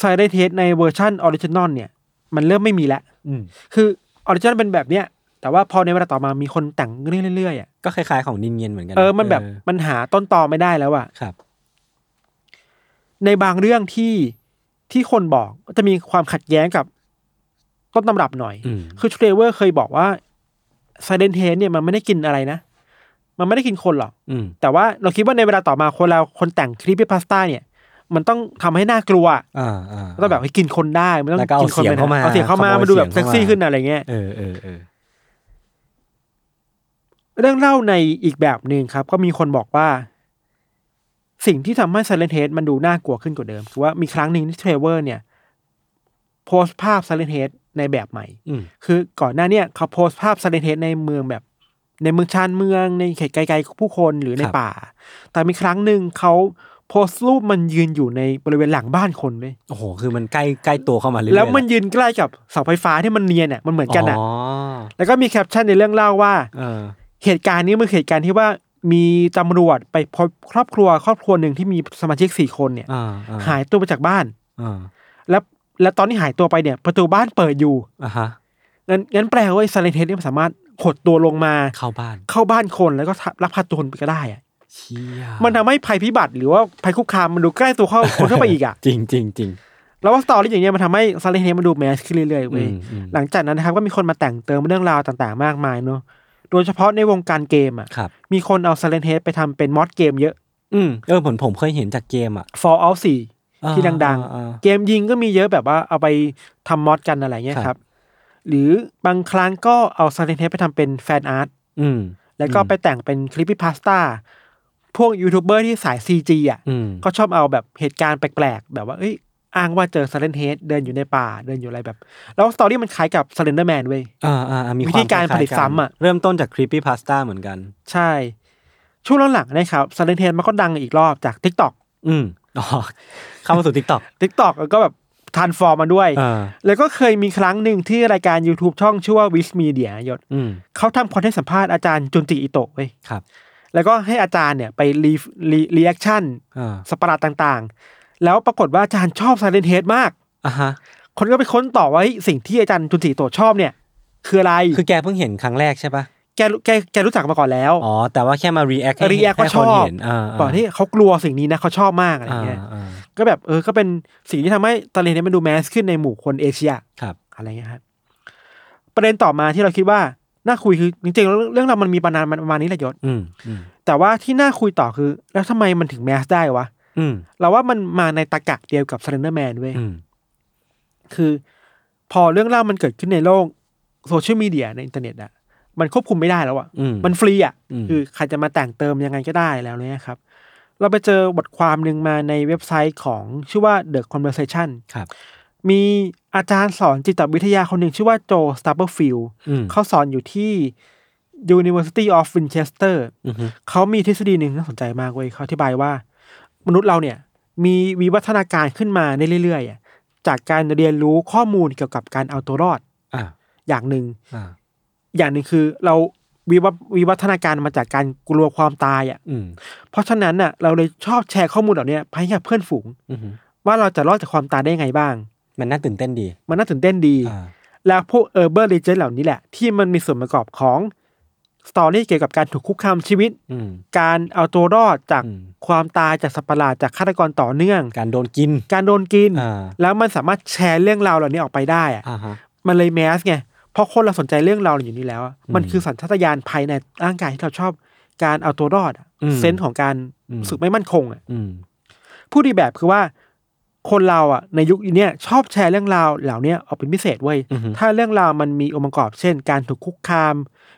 B: Silent Hill ในเวอร์ชันออริจินอลเนี่ย มันเริ่มไม่มีแล้ว
A: อืม
B: คือออริจินอลเป็นแบบเนี้ย แต่ว่าพอในเวลาต่อมามีคนแต่งเรื่อยๆอ่ะ
A: ก็คล้ายๆของนินเงียนเหมือนกันะ
B: เออ มันแบบมันหาต้นตอไม่ได้แล้วอ่ะ
A: ครับ
B: ในบางเรื่องที่ที่คนบอกก็จะมีความขัดแย้งกับต้นตำรับหน่อย
A: อืม
B: คือเทรเวอร์เคยบอกว่า Silent Hill เนี่ยมันไม่ได้กินอะไรนะ มันไม่ได้กินคนหรอก
A: อืม
B: แต่ว่าเราคิดว่าในเวลาต่อมาคนเราคนแต่งคลิปพาสต้าเนี่ย มันต้องทำให้น่ากลัว
A: อ่าอ่า
B: ต้องแบบให้กินคนได้มันต้อง
A: แล้วก็เอา
B: กินคน
A: เสียง
B: ไปนะ
A: เข้ามา
B: เอาเสียงเข้ามา
A: ขโมย
B: มันดูแบบ
A: เสี
B: เซ็
A: ยงเข้ามา
B: กซี่ขึ้นอะไรเงี้ย
A: เออเออเออ
B: เรื่องเล่าในอีกแบบหนึ่งครับ ก็มีคนบอกว่า สิ่งที่ทำให้ Silent Head มันดูน่ากลัวขึ้นกว่าเดิมคือว่ามีครั้งหนึ่งที่เทรเวอร์เนี่ย โพสต์ภาพ Silent Head ในแบบใหม่
A: อืม
B: คือก่อนหน้าเนี่ยเขาโพสต์ภาพ Silent Head ในเมืองแบบ ในเมืองชานเมืองในเขตไกลๆผู้คนหรือในป่า แต่มีครั้งหนึ่งเขาโพสต์รูปมันยืนอยู่ในบริเวณหลังบ้านคนเลย
A: โอ้โห คือมันใกล้ใกล้ตัวเข้ามาเรื่อยๆ
B: แล้วมันยืนใกล้กับเสาไฟฟ้าที่มันเนียนเนี่ยมันเหมือนกันอ่ะ
A: อ๋อ
B: แล้วก็มีแคปชั่นในเรื่องเล่าว่า
A: เออ
B: เหตุการณ์นี้มันเหตุการณ์ที่ว่ามีตำรวจไปพบครอบครัวครอบครัวหนึ่งที่มีสมาชิกสี่คนเนี่ย
A: อ่า
B: หายตัวไปจากบ้าน
A: อ่า
B: แล้วแล้วตอนที่หายตัวไปเนี่ย ประตูบ้านเปิดอยู่
A: อ่าฮะ
B: งั้นงั้นแปลว่าซาเลนเทสเนี่ยมันสามารถขดตัวลงมา
A: เข้าบ้าน
B: เข้าบ้านคนแล้วก็ลักพาตัวคนไปก็ได้อะ
A: เชี่ย
B: มันทำให้ภัยพิบัติหรือว่าภัยคุกคามมันดูใกล้ตัวเข้าคนเข้าไปอีกอ่ะ
A: จริงจริงจริง
B: แล้วว่าสตอรี่อย่างเงี้ยมันทำให้ซาเลนเทสมันดูแมสขึ้นเรื่อยๆ
A: อื
B: เว้ย
A: มอืม
B: หลังจากนั้นนะครับก็มีคนมาแต่งเติมเรื่องราวต่างๆ มากมายเนอะโดยเฉพาะในวงการเกมอ่ะ
A: ครับ
B: มีคนเอา Silent Head ไปทำเป็นมอดเกมเยอะ
A: อืมเออผมผมเคยเห็นจากเกมอ่ะ
B: Fallout 4 ที่
A: อ่า
B: ดัง
A: อ่า
B: ๆ เกมยิงก็มีเยอะแบบว่าเอาไปทำมอดกันอะไรเงี้ย
A: ค
B: ค
A: รั
B: รับ บ หรือบางครั้งก็เอา Silent Head ไปทำเป็นแฟนอาร์ต
A: อืม
B: แล้วก็ไปแต่งเป็นคลิปพิพาสต้าพวกยูทูบเบอร์ที่สาย CG อ่ะ
A: อืม
B: ก็ชอบเอาแบบเหตุการณ์แปลกๆ แบบว่าเอ้ยอ้างว่าเจอ Silent Head เดินอยู่ในป่าเดินอยู่อะไรแบบ แล้วสตอรี่มันคล้ายกับ Slender Man เว้ย
A: อ่าอ่าอ่ามี
B: วิธีการ
A: ควมคล้ยๆ
B: ผลิตซ้ำอะ
A: เริ่มต้นจากคลิปปี้พาสต้าเหมือนกัน
B: ใช่ ช่วงหลังๆนะครับ Silent Head มันก็ดังอีกรอบจาก TikTok
A: อืมอ๋อ เข้ามาสู่ทิกตอก
B: TikTok ก็แบบทานฟอร์มมาด้วย
A: เออ
B: แล้วก็เคยมีครั้งหนึ่งที่รายการ YouTube ช่องชื่อว่าวิสมีเดียยศ
A: อืม
B: เขาทำคอนเทนต์สัมภาษณ์อาจารย์จุนจิอิโตะเว้ย
A: ครับ
B: แล้วก็ให้อาจารย์เนี่ยไปรีรีรีแอคชั่น
A: อ่า
B: สตว์ปาร์ตต่างๆ แล้วปรากฏว่าอาจารย์ชอบซาเลนเฮดมาก
A: อ่าฮะ
B: คนก็ไปค้นต่อว่าเฮ้ยสิ่งที่อาจารย์จุนจิอิโตะชอบเนี่ย คืออะไร
A: คือแกเพิ่งเห็นครั้งแรกใช่ปะ
B: แกรู้แกแกรู้จักมาก่อนแล้ว
A: อ๋อ แต่ว่าแค่มารีแอค
B: รีแอคว่าชอบบอกที่เขากลัวสิ่งนี้นะเขาชอบมากอะไร
A: อ่า
B: เงี้ย
A: อ่า
B: ก็แบบเออ ก็เป็นสิ่งที่ทำให้ตะเลเนี่ยมันดูแมสขึ้นในหมู่คนเอเชีย
A: ครับ
B: อะไรเงี้ยครับประเด็นต่อมาที่เราคิดว่าน่าคุยคือจริงๆแล้วเรื่องเราวมันมีประมาณประมาณนี้แหละยศ
A: อืมอืม
B: แต่ว่าที่น่าคุยต่อคือ แล้วทำไมมันถึงแมสได้วะ
A: อืม
B: เราว่ามันมาในตะกะเดียวกับ Slender Man เว้ย
A: อืม
B: คือ พอเรื่องเล่าวมันเกิดขึ้นในโลกโซเชียลมีเดียในอินเทอร์เน็ตอะมันควบคุมไม่ได้แล้วอะ
A: อืม
B: มันฟรีอ่ะ
A: อืม
B: คือใครจะมาแต่งเติมยังไงก็ได้แล้วเนี่ยครับ เราไปเจอบทความหนึ่งมาในเว็บไซต์ของชื่อว่า The Conversation
A: ครับ
B: มีอาจารย์สอนจิตวิทยาคนหนึ่งชื่อว่าโจสตาร์เบอร์ฟิล
A: อืม
B: เขาสอนอยู่ที่ University of Winchester
A: อืม
B: เขามีทฤษฎีหนึ่งน่าสนใจมากเว้ยเขาอธิบายว่า มนุษย์เราเนี่ย มีวิวัฒนาการขึ้นมาได้เรื่อยๆอะจากการเรียนรู้ข้อมูลเกี่ยวกับการเอาตัวรอด
A: อ่า
B: อย่างหนึ่ง
A: อ่า
B: อย่างหนึ่งคือเราวิวัฒวิวัฒนาการมาจากการกลัวความตายอ่ะ
A: อืม
B: เพราะฉะนั้นน่ะเราเลยชอบแชร์ข้อมูลเหล่าเนี้ยไปให้กับเพื่อนฝูง
A: อืม
B: ว่าเราจะรอดจากความตายได้ยังไงบ้าง
A: มันน่าตื่นเต้นดี
B: มันน่าตื่นเต้นดี
A: อ่า
B: แล้วพวกเออร์เบอร์เลเจนเหล่านี้แหละ ที่มันมีส่วนประกอบของ สตอรี่เกี่ยวกับการถูกคุกคามชีวิต
A: อืม
B: การเอาตัวรอดจาก
A: อืม
B: ความตายจากสัตว์ประหลาดจากฆาตกรต่อเนื่อง
A: การโดนกิน
B: การโดนกิน
A: อ่า
B: แล้วมันสามารถแชร์เรื่องราวเหล่านี้ออกไปได้อะ
A: อ่าฮะ
B: มันเลยแมสไงเพราะคนเราสนใจเรื่องราวอยู่นี้แล้วอะ
A: อืม
B: มันคือสัญชาตญาณภายในร่างกายที่เราชอบการเอาตัวรอดอะ
A: อืม
B: เซนส์ของการ
A: อืม
B: สึกไม่มั่นคงอะ
A: อืม
B: ผู้ดีแบบคือว่าคนเราอ่ะในยุคเนี้ยชอบแชร์เรื่องราวเหล่าเนี้ยออกเป็นพิเศษเว้ย
A: อือฮึ
B: ถ้าเรื่องราวมันมีองค์ประกอบเช่น การถูกคุกคาม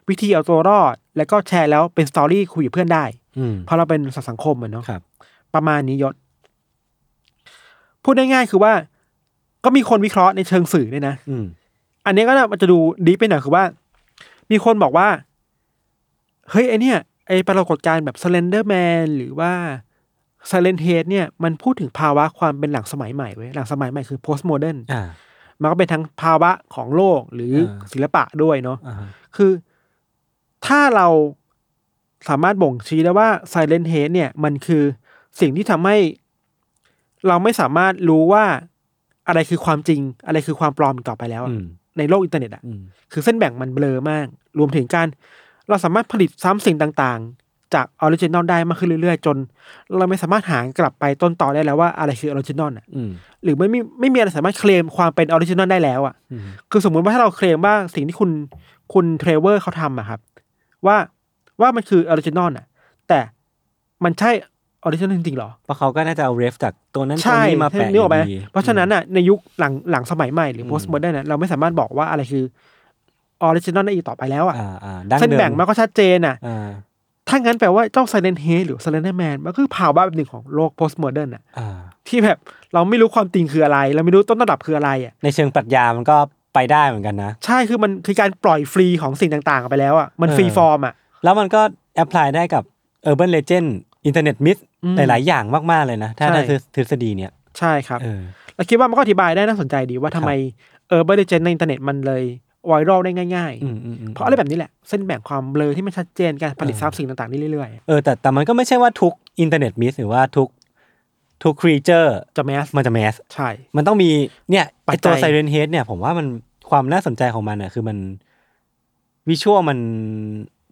B: วิธีเอาตัวรอด แล้วก็แชร์แล้วเป็นสตอรี่คุยกับเพื่อนได้
A: อืม
B: เพราะเราเป็นสัตว์สังคมเหมือนเนาะ
A: ครับ
B: ประมาณนี้ยศ พูดง่ายๆคือว่า ก็มีคนวิเคราะห์ในเชิงสื่อด้วยนะ
A: อืม
B: อันนี้ก็น่ามันจะดูดีไปหน่อยคือว่า มีคนบอกว่า เฮ้ยไอเนี่ยไอปรากฏการณ์แบบสเลนเดอร์แมนหรือว่าสเลนเฮดเนี่ย มันพูดถึงภาวะความเป็นหลังสมัยใหม่เว้ยหลังสมัยใหม่คือ post modern
A: อ่า
B: มันก็เป็นทั้งภาวะของโลกหรือ
A: เออ
B: ศิลปะด้วยเนาะ
A: อ่าฮะ
B: คือถ้าเราสามารถบ่งชี้ได้ว่า Silent h a d เนี่ย มันคือสิ่งที่ทำให้ เราไม่สามารถรู้ว่าอะไรคือความจริง อะไรคือความปลอมอีกต่อไปแล้วอะ
A: อืม
B: ในโลกอินเทอร์เน็ตอะ
A: อืม
B: คือเส้นแบ่งมันเบลอมาก รวมถึงการเราสามารถผลิตซ้ำสิ่งต่างๆ จากออริจินอลได้มากขึ้นเรื่อยๆ จน เราไม่สามารถหากลับไปต้นต่อได้แล้วว่าอะไรคือออริจินอลน่ะ
A: อืม
B: หรือไม่มีไม่มีอะไรสามารถเคลมความเป็นออริจินอลได้แล้วอ่ะ
A: อืม
B: คือสมมุติว่าถ้าเราเคลมว่าสิ่งที่คุณคุณเทรเวอร์เขาทำอะครับ ว่าว่ามันคือออริจินอลน่ะ แต่มันใช่ออริจินอลจริงๆหรอ
A: เพราะเขาก็น่าจะเอาเรฟจากตัวนั้นตัว
B: ใช่
A: นี้มาแปะ
B: นึกออกไหม
A: ยู่ดี
B: เพราะฉะนั้นอ่ะในยุคหลังหลังสมัยใหม่หรือ
A: อืม
B: post modern น่ะเราไม่สามารถบอกว่าอะไรคือออริจินอลได้อีกต่อไปแล้วอ่ะ
A: อ่าอ่าดั้ง
B: เส้น
A: เดิม
B: แบ่งมันก็ชัดเจนอ่ะ
A: อ่า
B: ถ้างั้นแปลว่าเจ้าไซเลนเฮหรือไซเลนแมนมันคือภาวะแบบหนึ่งของโลก post modern อ่ะ
A: อ่า
B: ที่แบบเราไม่รู้ความจริงคืออะไร เราไม่รู้ต้นระดับคืออะไรอ่ะ
A: ในเชิงปรัชญามันก็ไปได้เหมือนกันนะ
B: ใช่คือมันคือการปล่อยฟรีของสิ่งต่างๆออกไปแล้วอ่ะ มัน
A: เออ
B: ฟรีฟอร์มอ่ะ
A: แล้วมันก็แอพพลายได้กับ Urban Legend Internet Myth
B: อืม
A: หลาย ๆ อย่างมาก ๆ เลยนะ ถ้า
B: ใช่
A: ถ้าทฤษฎีเนี่ย
B: ใช่ครับ
A: เออ
B: แล้วคิดว่ามันก็อธิบายได้น่าสนใจดีว่าทำไมเออเบอร์เจนในอินเทอร์เน็ตมันเลยไวรัลได้ง่าย
A: อืมอืมม
B: ๆ เพราะอะไรแบบนี้แหละ เส้นแบ่งความเบลอที่มันชัดเจนการผลิต
A: เออ
B: ซ้ำสิ่งต่างๆนี่เรื่อย
A: เออแต่แต่มันก็ไม่ใช่ว่าทุกอินเทอร์เน็ตมิสหรือว่าทุกทุกครีเจอร์
B: ๆจะแมส
A: มันจะแมส
B: ใช่
A: มันต้องมีเนี่ย
B: ปั
A: ไอ
B: จจั
A: ตัวย ไซเรนเฮดเนี่ย ผมว่ามันความน่าสนใจของมันอ่ะคือมันวิชวลมัน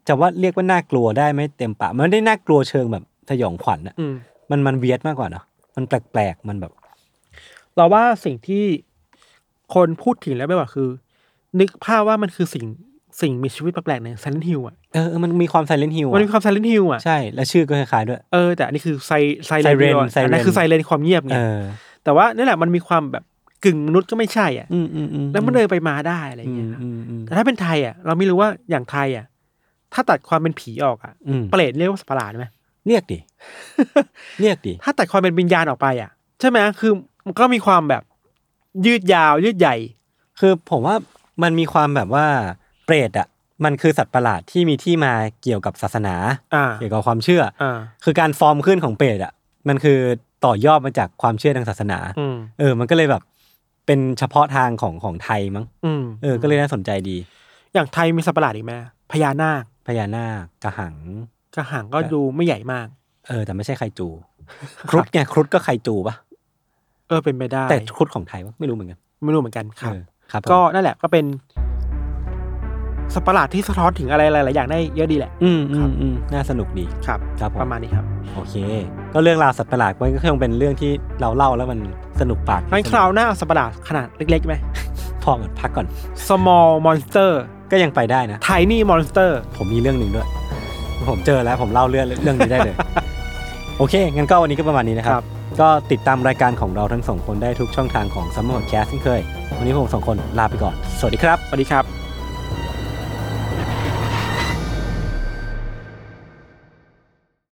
A: จะว่าเรียกว่าน่ากลัวได้ไหม่เต็มปากมันไม่ได้น่ากลัวเชิงแบบสยองขวัญอ่ะ
B: อืม
A: มันมันเวียดมากกว่าเนาะมันแปลกๆมันแบบ
B: เราว่าสิ่งที่คนพูดถึงแล้วไม่ว่าคือ นึกภาพว่ามันคือสิ่งสิ่งมีชีวิตแปลกๆในซันนิวอ่ะ
A: เออมันมีความไซเรนฮิล
B: มันมีความซันนิวอ่ะ
A: ใช่และชื่อก็คล้ายๆด้วย
B: เออแต่อันนี้คือไซไซเร
A: Siren
B: น
A: Siren
B: อันนั้นคือไซเรนความเงียบไง
A: เออ
B: แต่ว่านี่นแหละมันมีความแบบกึ่งมนุษย์ก็ไม่ใช่อ่ะ
A: อืมอืมอืม
B: แล้วมันเดินไปมาได้อะไร
A: อื
B: เงี้
A: ม
B: ย
A: อืมอืม
B: แต่ถ้าเป็นไทยอ่ะเราไม่รู้ว่าอย่างไทยอ่ะถ้าตัดความเป็นผีออกอ่ะ
A: อืม
B: เปรตเรียกว่าสัตว์ประหลาดไหม
A: เรียก ดิ เรียกดิ
B: ถ้าตัดความเป็นวิญญาณออกไปอ่ะ ใช่ไหมคือมันก็มีความแบบยืดยาวยืดใหญ่
A: คือผมว่ามันมีความแบบว่าเปรตอ่ะ มันคือสัตว์ประหลาดที่มีที่มาเกี่ยวกับศาสนา
B: อ่า
A: เกี่ยวกับความเชื่อ
B: อ่า
A: คือการฟอร์มขึ้นของเปรตอ่ะ มันคือต่อยอดมาจากความเชื่อทางศาสนา
B: อืม
A: เออ มันก็เลยแบบ เป็นเฉพาะทางของของไทยมั้ง
B: อืม
A: เออ ก็เลยน่าสนใจดี
B: อย่างไทยมีสัตว์ประหลาดอีกไหมพญานาค
A: พญานาคกระหัง
B: กระหังก็ดูไม่ใหญ่มาก
A: เออ แต่ไม่ใช่ไคจู ครุฑไงครุฑก็ไคจูปะ
B: เออเป็นไปได้
A: แต่ครุฑของไทยปะไม่รู้เหมือนกัน
B: ไม่รู้เหมือนกันครับ
A: เออครับผม
B: ก็นั่นแหละก็เป็นสัตว์ประหลาดที่สะท้อนถึงอะไรหลายๆอย่างได้เยอะดีแหละ
A: อืมอืมอืมน่าสนุกดี
B: ครับ
A: ครับผม
B: ประมาณนี้ครับ
A: โอเค ก็เรื่องราวสัตว์ประหลาดมันก็คงเป็นเรื่องที่เราเล่าแล้วมันสนุกปาก
B: งั้นคราวหน้าเอาสัตว์ประหลาดขนาดเล็กๆไหม
A: พอก่อนพักก่อน
B: small monster
A: ก็ยังไปได้นะ
B: tiny monster
A: ผมมีเรื่องหนึ่งด้วย ผมเจอแล้วผมเล่าเรื่องเรื่องนี้ได้ เลย โอเค งั้นก็วันนี้ก็ประมาณนี้นะครับ
B: ครับ
A: ก็ติดตามรายการของเราทั้งสองคนได้ทุกช่องทางของ s u m m e r Podcast เช่นเคย วันนี้ผมสองคนลาไปก่อน สวัสดีครับ
B: สวัสดีครับ